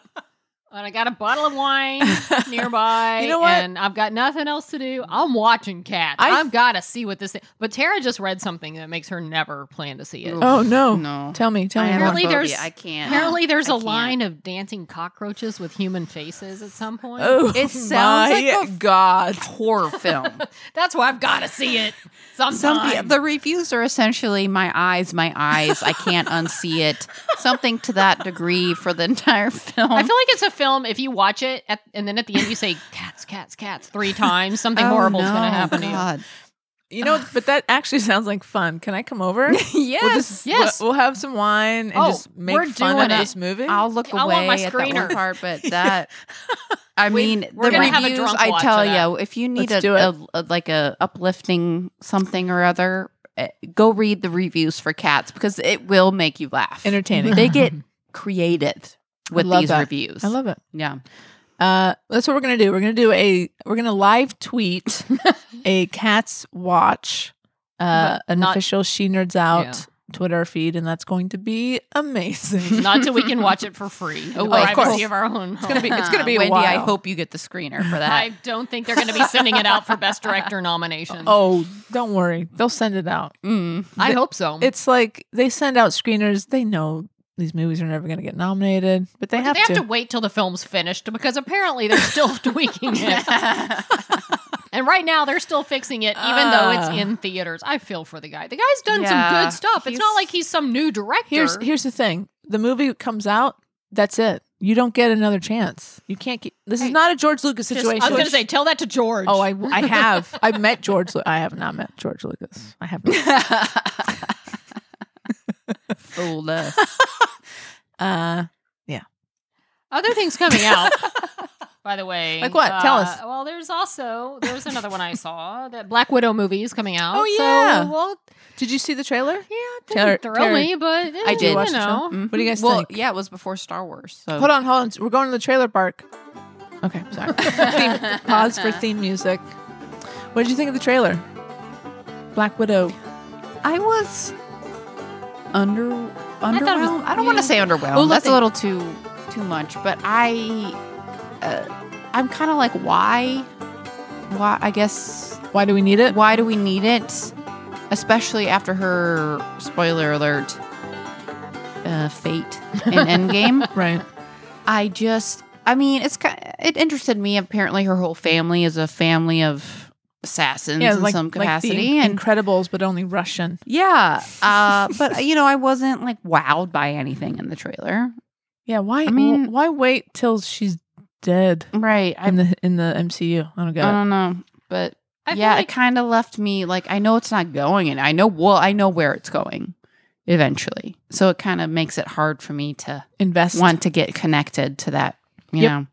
Speaker 3: when I got a bottle of
Speaker 1: *laughs*
Speaker 3: wine nearby
Speaker 2: You know what?
Speaker 3: and I've got nothing else to do, I'm watching Cats.
Speaker 2: I-
Speaker 3: I've got to see what this thing. But Tara just read something that makes her never plan to see it.
Speaker 1: Ooh.
Speaker 2: Oh no!
Speaker 1: No,
Speaker 2: Tell me, tell me. more.
Speaker 3: Apparently there's-
Speaker 1: I can't.
Speaker 3: Apparently, there's
Speaker 1: I
Speaker 3: a
Speaker 1: can't.
Speaker 3: line of dancing cockroaches with human faces at some point.
Speaker 2: *laughs* Oh,
Speaker 1: *laughs*
Speaker 2: *laughs*
Speaker 1: It sounds
Speaker 2: my
Speaker 1: like a-
Speaker 2: God.
Speaker 1: horror film.
Speaker 3: That's why I've got to see it sometime.
Speaker 1: Some pe- the reviews are essentially my eyes, my eyes. I can't unsee
Speaker 2: *laughs*
Speaker 1: it. Something to that degree for the entire film.
Speaker 3: I feel like it's a film. If you watch it at, and then at the end you say "cats, cats, cats" three times,
Speaker 1: Oh,
Speaker 3: something
Speaker 2: Oh,
Speaker 3: horrible's going to happen
Speaker 2: *laughs* You know, but that actually *laughs* sounds like fun. Can I
Speaker 3: *laughs*
Speaker 2: come over?
Speaker 3: to you. *laughs* Yes,
Speaker 2: We'll just,
Speaker 3: yes.
Speaker 2: We'll, we'll have some wine and
Speaker 3: Oh,
Speaker 2: just make
Speaker 3: we're
Speaker 2: fun
Speaker 3: doing
Speaker 2: of
Speaker 3: it.
Speaker 2: this movie.
Speaker 1: I'll look
Speaker 3: I
Speaker 1: away
Speaker 3: want my
Speaker 1: at that one
Speaker 3: screener.
Speaker 1: part,
Speaker 3: *laughs*
Speaker 1: but that. I mean,
Speaker 3: we're
Speaker 1: the
Speaker 3: gonna have a
Speaker 1: reviews.
Speaker 3: drunk
Speaker 1: I
Speaker 3: watch
Speaker 1: tell
Speaker 3: of that.
Speaker 1: you, if you need
Speaker 2: Let's
Speaker 1: a,
Speaker 2: do it.
Speaker 1: a- a- like a uplifting something or other, eh, go read the reviews for Cats because it will make you laugh.
Speaker 2: Entertaining.
Speaker 1: They
Speaker 2: *laughs*
Speaker 1: get creative with
Speaker 2: love
Speaker 1: these
Speaker 2: that.
Speaker 1: reviews.
Speaker 2: I love it.
Speaker 1: Yeah.
Speaker 2: Uh, that's what we're gonna do. We're gonna do a we're gonna live
Speaker 3: *laughs*
Speaker 2: tweet a cat's watch, uh,
Speaker 3: But
Speaker 2: an
Speaker 3: not-
Speaker 2: official she nerds out Twitter feed, and that's going to be amazing.
Speaker 3: Not till we can watch it for
Speaker 2: *laughs*
Speaker 3: free.
Speaker 1: Oh,
Speaker 3: Oh,
Speaker 1: of
Speaker 3: privacy
Speaker 1: course.
Speaker 3: of our own. It's
Speaker 2: gonna be- it's gonna be
Speaker 1: *laughs*
Speaker 2: a
Speaker 1: Wendy. I
Speaker 2: while.
Speaker 1: hope you get the screener
Speaker 3: *laughs*
Speaker 1: for that.
Speaker 3: I don't think they're going to be sending it out for best director nomination.
Speaker 2: *laughs* oh, don't worry, they'll send it out.
Speaker 3: *laughs*
Speaker 1: Mm. *laughs*
Speaker 3: I hope so.
Speaker 2: It's like they send out screeners. They know these movies are never gonna get nominated, but they,
Speaker 3: Do
Speaker 2: have,
Speaker 3: they have
Speaker 2: to.
Speaker 3: to. wait till the film's finished because apparently they're
Speaker 2: *laughs*
Speaker 3: still tweaking it. and right now they're still fixing it, even though
Speaker 2: Ah.
Speaker 3: it's in theaters. I feel for the guy. The guy's done
Speaker 1: Yeah,
Speaker 3: some good stuff. It's not
Speaker 1: he's-
Speaker 3: like he's some new director.
Speaker 2: Here's here's the thing: the movie comes out. That's it. You don't get another chance. You can't get. This
Speaker 3: Hey,
Speaker 2: is not a George Lucas
Speaker 3: Just-
Speaker 2: situation.
Speaker 3: I was going to say, tell that to George.
Speaker 2: Oh, I, I have. I met George. Lu- I have not met George Lucas. I have. Not.
Speaker 1: Fooled us.
Speaker 2: Uh,
Speaker 3: Other things coming
Speaker 2: *laughs*
Speaker 3: out. By the way, uh,
Speaker 2: Like what? Tell us.
Speaker 3: Well, there's also there's another one I saw that Black Widow movie is coming out.
Speaker 2: Oh, yeah.
Speaker 3: so, well,
Speaker 2: *laughs* did you see the trailer?
Speaker 3: yeah, it didn't
Speaker 2: Terry-
Speaker 3: throw
Speaker 2: Terry-
Speaker 3: me, but
Speaker 1: I
Speaker 3: I
Speaker 1: did.
Speaker 3: did.
Speaker 2: Watch
Speaker 3: You
Speaker 2: the
Speaker 3: know,
Speaker 2: trailer? What do you guys
Speaker 1: Mm-hmm. well,
Speaker 2: think?
Speaker 1: yeah, it was before Star Wars. So
Speaker 2: Hold on, hold on. We're going to the trailer park. Okay, sorry. *laughs* Theme- pause for theme music. What did you think of the trailer? Black Widow.
Speaker 1: I was
Speaker 3: it
Speaker 1: under
Speaker 3: was-
Speaker 1: underwhelmed. I, don't want to
Speaker 3: yeah.
Speaker 1: say underwhelmed.
Speaker 2: Well,
Speaker 1: that's a little
Speaker 2: nothing.
Speaker 1: too too much. But I, uh, I'm kind of like, why? Why? I guess
Speaker 2: Why do we need it?
Speaker 1: why do we need it? Especially after her spoiler alert uh, fate in *laughs* Endgame.
Speaker 2: Right.
Speaker 1: I just, I mean, it's kind. It interested me. Apparently, her whole family is a family of assassins in some capacity,
Speaker 2: like the
Speaker 1: and
Speaker 2: Incredibles, but only Russian.
Speaker 1: yeah. Uh, but you know, I wasn't like wowed by anything in the trailer,
Speaker 2: Yeah. Why? I
Speaker 1: mean-
Speaker 2: mean, why wait till she's dead
Speaker 1: right? I, Uh,
Speaker 2: in the in the MCU? I don't get
Speaker 1: I
Speaker 2: it.
Speaker 1: don't know, but
Speaker 3: I feel
Speaker 1: yeah,
Speaker 3: like-
Speaker 1: it kind of left me like I know it's not going, and I know well, I know where it's going eventually. So it kind of makes it hard for me to
Speaker 2: Invest.
Speaker 1: want to get connected to that. You
Speaker 2: Yep.
Speaker 1: know,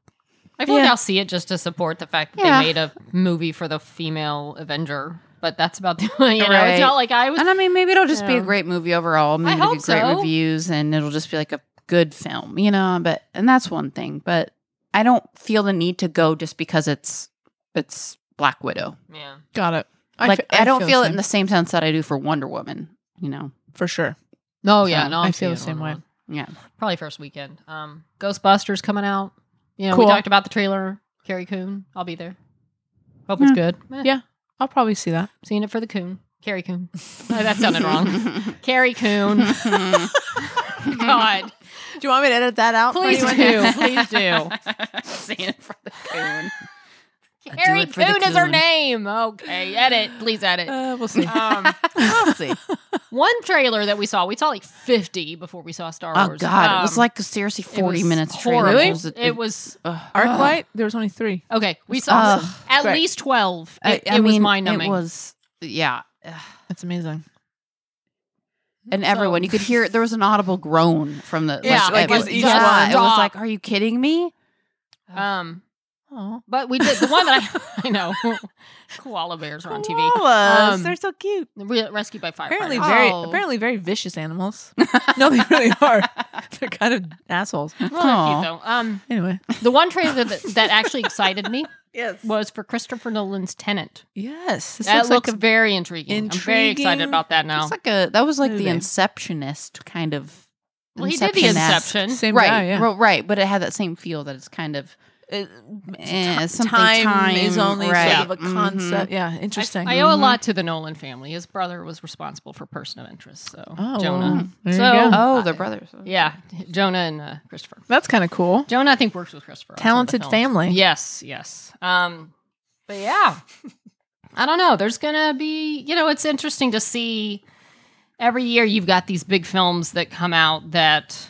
Speaker 3: I feel like
Speaker 2: Yeah.
Speaker 3: I'll see it just to support the fact that
Speaker 1: Yeah.
Speaker 3: they made a movie for the female Avenger, but that's about *laughs* the you know.
Speaker 1: Right.
Speaker 3: It's not like I was.
Speaker 1: and I mean, maybe it'll just be a
Speaker 3: Yeah.
Speaker 1: great movie overall. Maybe it'll
Speaker 3: hope
Speaker 1: get great
Speaker 3: so.
Speaker 1: reviews, and it'll just be like a good film. You know, but and that's one thing, but I don't feel the need to go just because it's it's Black Widow.
Speaker 3: Yeah.
Speaker 2: Got it.
Speaker 1: Like
Speaker 2: fe-
Speaker 1: I, don't feel, it in
Speaker 2: same.
Speaker 1: the same sense that I do for Wonder Woman. You know,
Speaker 2: for sure.
Speaker 3: No,
Speaker 2: So,
Speaker 3: Oh, yeah, no,
Speaker 2: I
Speaker 3: I'm
Speaker 2: feel the
Speaker 3: seeing it
Speaker 2: same
Speaker 3: online.
Speaker 2: way.
Speaker 1: yeah. *laughs*
Speaker 3: Probably first weekend. Um, Ghostbusters coming out. You know,
Speaker 2: Cool.
Speaker 3: we talked about the trailer. Carrie Coon, I'll be there. Hope it's
Speaker 1: Hmm.
Speaker 3: good. Eh,
Speaker 2: Yeah. I'll probably see that.
Speaker 3: Seeing it for the Coon, Carrie Coon. No, that sounded wrong. Carrie Coon. *laughs* God,
Speaker 2: Do you want me to edit that out?
Speaker 3: please
Speaker 2: *laughs*
Speaker 3: do, please *laughs* do.
Speaker 1: Seeing it for
Speaker 3: *laughs*
Speaker 1: the coon.
Speaker 3: Carrie
Speaker 1: it for the
Speaker 3: Coon is her
Speaker 1: Coon.
Speaker 3: name. Okay, edit, please edit.
Speaker 1: *laughs*
Speaker 2: Uh, we'll see. *laughs*
Speaker 3: Um,
Speaker 1: We'll see.
Speaker 3: one trailer that we saw, we saw like 50 before we saw Star
Speaker 1: *laughs* Oh
Speaker 3: Wars.
Speaker 1: god, it was
Speaker 3: Um,
Speaker 1: like seriously
Speaker 3: it
Speaker 1: forty
Speaker 3: was
Speaker 1: minutes.
Speaker 3: horrible.
Speaker 1: trailers.
Speaker 3: It, was
Speaker 2: Arclight. There was only three.
Speaker 3: okay. We saw
Speaker 1: Ugh.
Speaker 3: at
Speaker 2: Great.
Speaker 3: least 12.
Speaker 1: I-
Speaker 3: It,
Speaker 1: I
Speaker 3: it was
Speaker 1: mean,
Speaker 3: mind numbing.
Speaker 1: It was yeah. Ugh.
Speaker 2: That's amazing.
Speaker 1: And everyone,
Speaker 3: So-
Speaker 1: you could hear there was an audible groan from the
Speaker 2: Yeah,
Speaker 1: like,
Speaker 2: like,
Speaker 1: everyone-
Speaker 2: as each
Speaker 1: yeah,
Speaker 2: one-
Speaker 1: It was
Speaker 3: Stop.
Speaker 1: like, are you kidding me?
Speaker 3: Um,
Speaker 2: Oh,
Speaker 3: but we did the one that I, *laughs* I
Speaker 1: *laughs*
Speaker 3: know koala bears are on TV.
Speaker 2: Koalas,
Speaker 3: Um,
Speaker 2: they're so cute.
Speaker 3: Re- rescued by firefighters.
Speaker 2: Apparently,
Speaker 1: fire.
Speaker 2: very
Speaker 1: Oh.
Speaker 2: apparently very vicious animals. no, they really are. *laughs* They're kind of assholes.
Speaker 3: Well, they're
Speaker 1: Aw.
Speaker 3: cute though. Um,
Speaker 2: Anyway.
Speaker 3: the one trailer that, that actually excited
Speaker 1: *laughs*
Speaker 3: me
Speaker 2: Yes.
Speaker 3: was for Christopher Nolan's Tenant.
Speaker 2: Yes. This
Speaker 3: That
Speaker 2: looks,
Speaker 3: looks,
Speaker 2: like a-
Speaker 3: very intriguing. I'm very excited
Speaker 2: intriguing.
Speaker 3: about that now.
Speaker 1: It's like a that was like the
Speaker 2: Movie.
Speaker 1: Inceptionist kind of.
Speaker 3: well, he did the
Speaker 1: Inception-esque.
Speaker 3: Inception.
Speaker 2: same
Speaker 1: right?
Speaker 2: guy. Yeah.
Speaker 1: ro- right, but it had that same feel that it's kind of
Speaker 3: Uh,
Speaker 1: eh, something
Speaker 2: time,
Speaker 1: time,
Speaker 2: is only
Speaker 1: right. Mm-hmm.
Speaker 2: sort of a concept. Yeah.
Speaker 3: I-
Speaker 2: Interesting. Mm-hmm.
Speaker 3: I, owe a lot to the Nolan family. His brother was responsible for Person of Interest, so
Speaker 2: Oh,
Speaker 3: Jonah.
Speaker 2: there you
Speaker 3: so
Speaker 2: go.
Speaker 1: Oh, they're brothers.
Speaker 3: yeah, Jonah and uh, Christopher.
Speaker 2: That's kind of cool.
Speaker 3: Jonah, I think, works with Christopher. on some of the
Speaker 2: Talented
Speaker 3: films.
Speaker 2: family.
Speaker 3: Yes, yes. Um, but yeah, I don't know. There's gonna be, you know, it's interesting to see. Every year, you've got these big films that come out that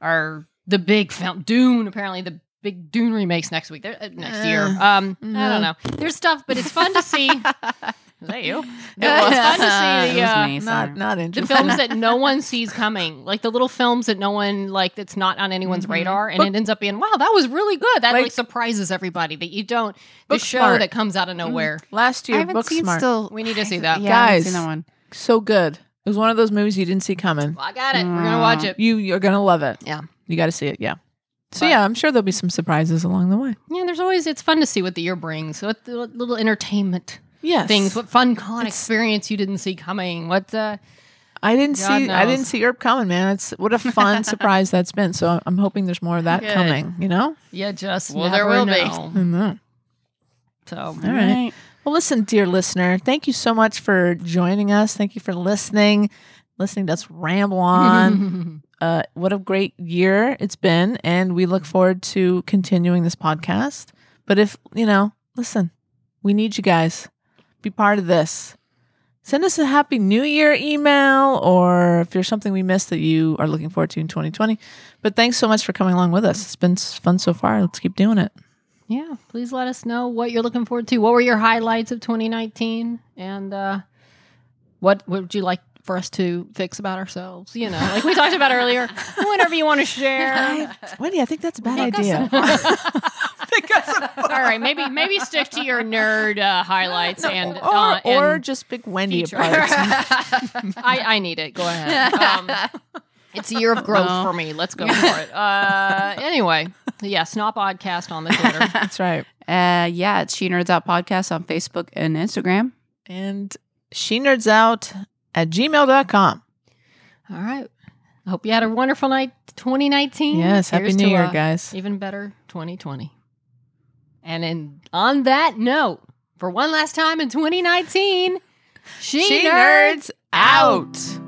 Speaker 3: are the big film. Dune, apparently, the big Dune remakes next week. They're- uh, next year. Um, I
Speaker 2: mm-hmm.
Speaker 3: don't know. There's stuff, but it's fun to
Speaker 2: *laughs*
Speaker 3: see. Is that you?
Speaker 2: was.
Speaker 3: It's
Speaker 1: *laughs*
Speaker 3: fun to see
Speaker 1: It
Speaker 3: the
Speaker 1: was
Speaker 3: uh,
Speaker 1: me, sorry.
Speaker 2: Not not *laughs*
Speaker 3: the
Speaker 2: interesting.
Speaker 3: films that no one sees coming, like the little films that no one like that's not on anyone's radar, and it ends up being wow, that was really good. That like,
Speaker 2: Like-
Speaker 3: surprises everybody that you don't. The show
Speaker 2: Booksmart.
Speaker 3: that comes out of nowhere.
Speaker 2: Mm-hmm. Last
Speaker 1: I
Speaker 2: year,
Speaker 1: haven't seen
Speaker 2: Booksmart,
Speaker 1: still.
Speaker 3: We need to see that.
Speaker 1: Yeah, I haven't
Speaker 2: Guys.
Speaker 1: seen that one.
Speaker 2: so good. It was one of those movies you didn't see coming.
Speaker 3: Well, I got it. We're gonna watch it.
Speaker 2: You you're gonna love it.
Speaker 3: Yeah.
Speaker 2: you got to see it. Yeah. So
Speaker 3: But-
Speaker 2: yeah, I'm sure there'll be some surprises along the way.
Speaker 3: Yeah, there's always it's fun to see what the year brings. What the little entertainment
Speaker 2: Yes,
Speaker 3: things, what fun con experience you didn't see coming. What uh,
Speaker 2: I didn't
Speaker 3: God
Speaker 2: see. I
Speaker 3: knows.
Speaker 2: didn't see Herb coming, man. It's what
Speaker 3: *laughs*
Speaker 2: a fun surprise that's been. So I'm- I'm hoping there's more of that
Speaker 3: Good.
Speaker 2: coming. You know.
Speaker 3: you just
Speaker 1: Well, there
Speaker 3: never
Speaker 1: will be.
Speaker 3: know.
Speaker 2: I know.
Speaker 3: So
Speaker 2: All right. Well, listen, dear listener, thank you so much for joining us. Thank you for listening, listening to us
Speaker 3: *laughs*
Speaker 2: ramble on. uh, what a great year it's been, and we look forward to continuing this podcast. But if you know, listen, we need you guys. Be part of this. Send us a happy new year email, or if there's something we missed that you are looking forward to in 2020. But thanks so much for coming along with us. It's been s- fun so far. Let's keep doing it.
Speaker 3: yeah please let us know what you're looking forward to what were your highlights of 2019 and uh what would you like for us to fix about ourselves you know like we talked about
Speaker 2: *laughs*
Speaker 3: earlier whatever you want to share
Speaker 2: Wendy, I think that's a bad
Speaker 3: Pick us
Speaker 2: idea.
Speaker 3: all right maybe maybe stick to your nerd uh, highlights and
Speaker 2: or,
Speaker 3: uh,
Speaker 2: or
Speaker 3: and
Speaker 2: just pick Wendy
Speaker 3: feature.
Speaker 2: apart.
Speaker 3: I, I need it go ahead
Speaker 2: *laughs*
Speaker 3: um, it's a year of growth
Speaker 1: No.
Speaker 3: for me let's go for it uh anyway yeah snot podcast on the
Speaker 2: *laughs*
Speaker 3: twitter
Speaker 2: That's right.
Speaker 1: Uh, yeah, it's She Nerds Out Podcast on Facebook and Instagram.
Speaker 2: And she nerds out at gmail.com.
Speaker 3: all right hope you had a wonderful night 2019
Speaker 2: Yes, happy
Speaker 3: Here's
Speaker 2: new
Speaker 3: to,
Speaker 2: year,
Speaker 3: uh,
Speaker 2: guys.
Speaker 3: Even better, 2020. And in, on that note, for one last time in 2019, she, nerds
Speaker 2: out.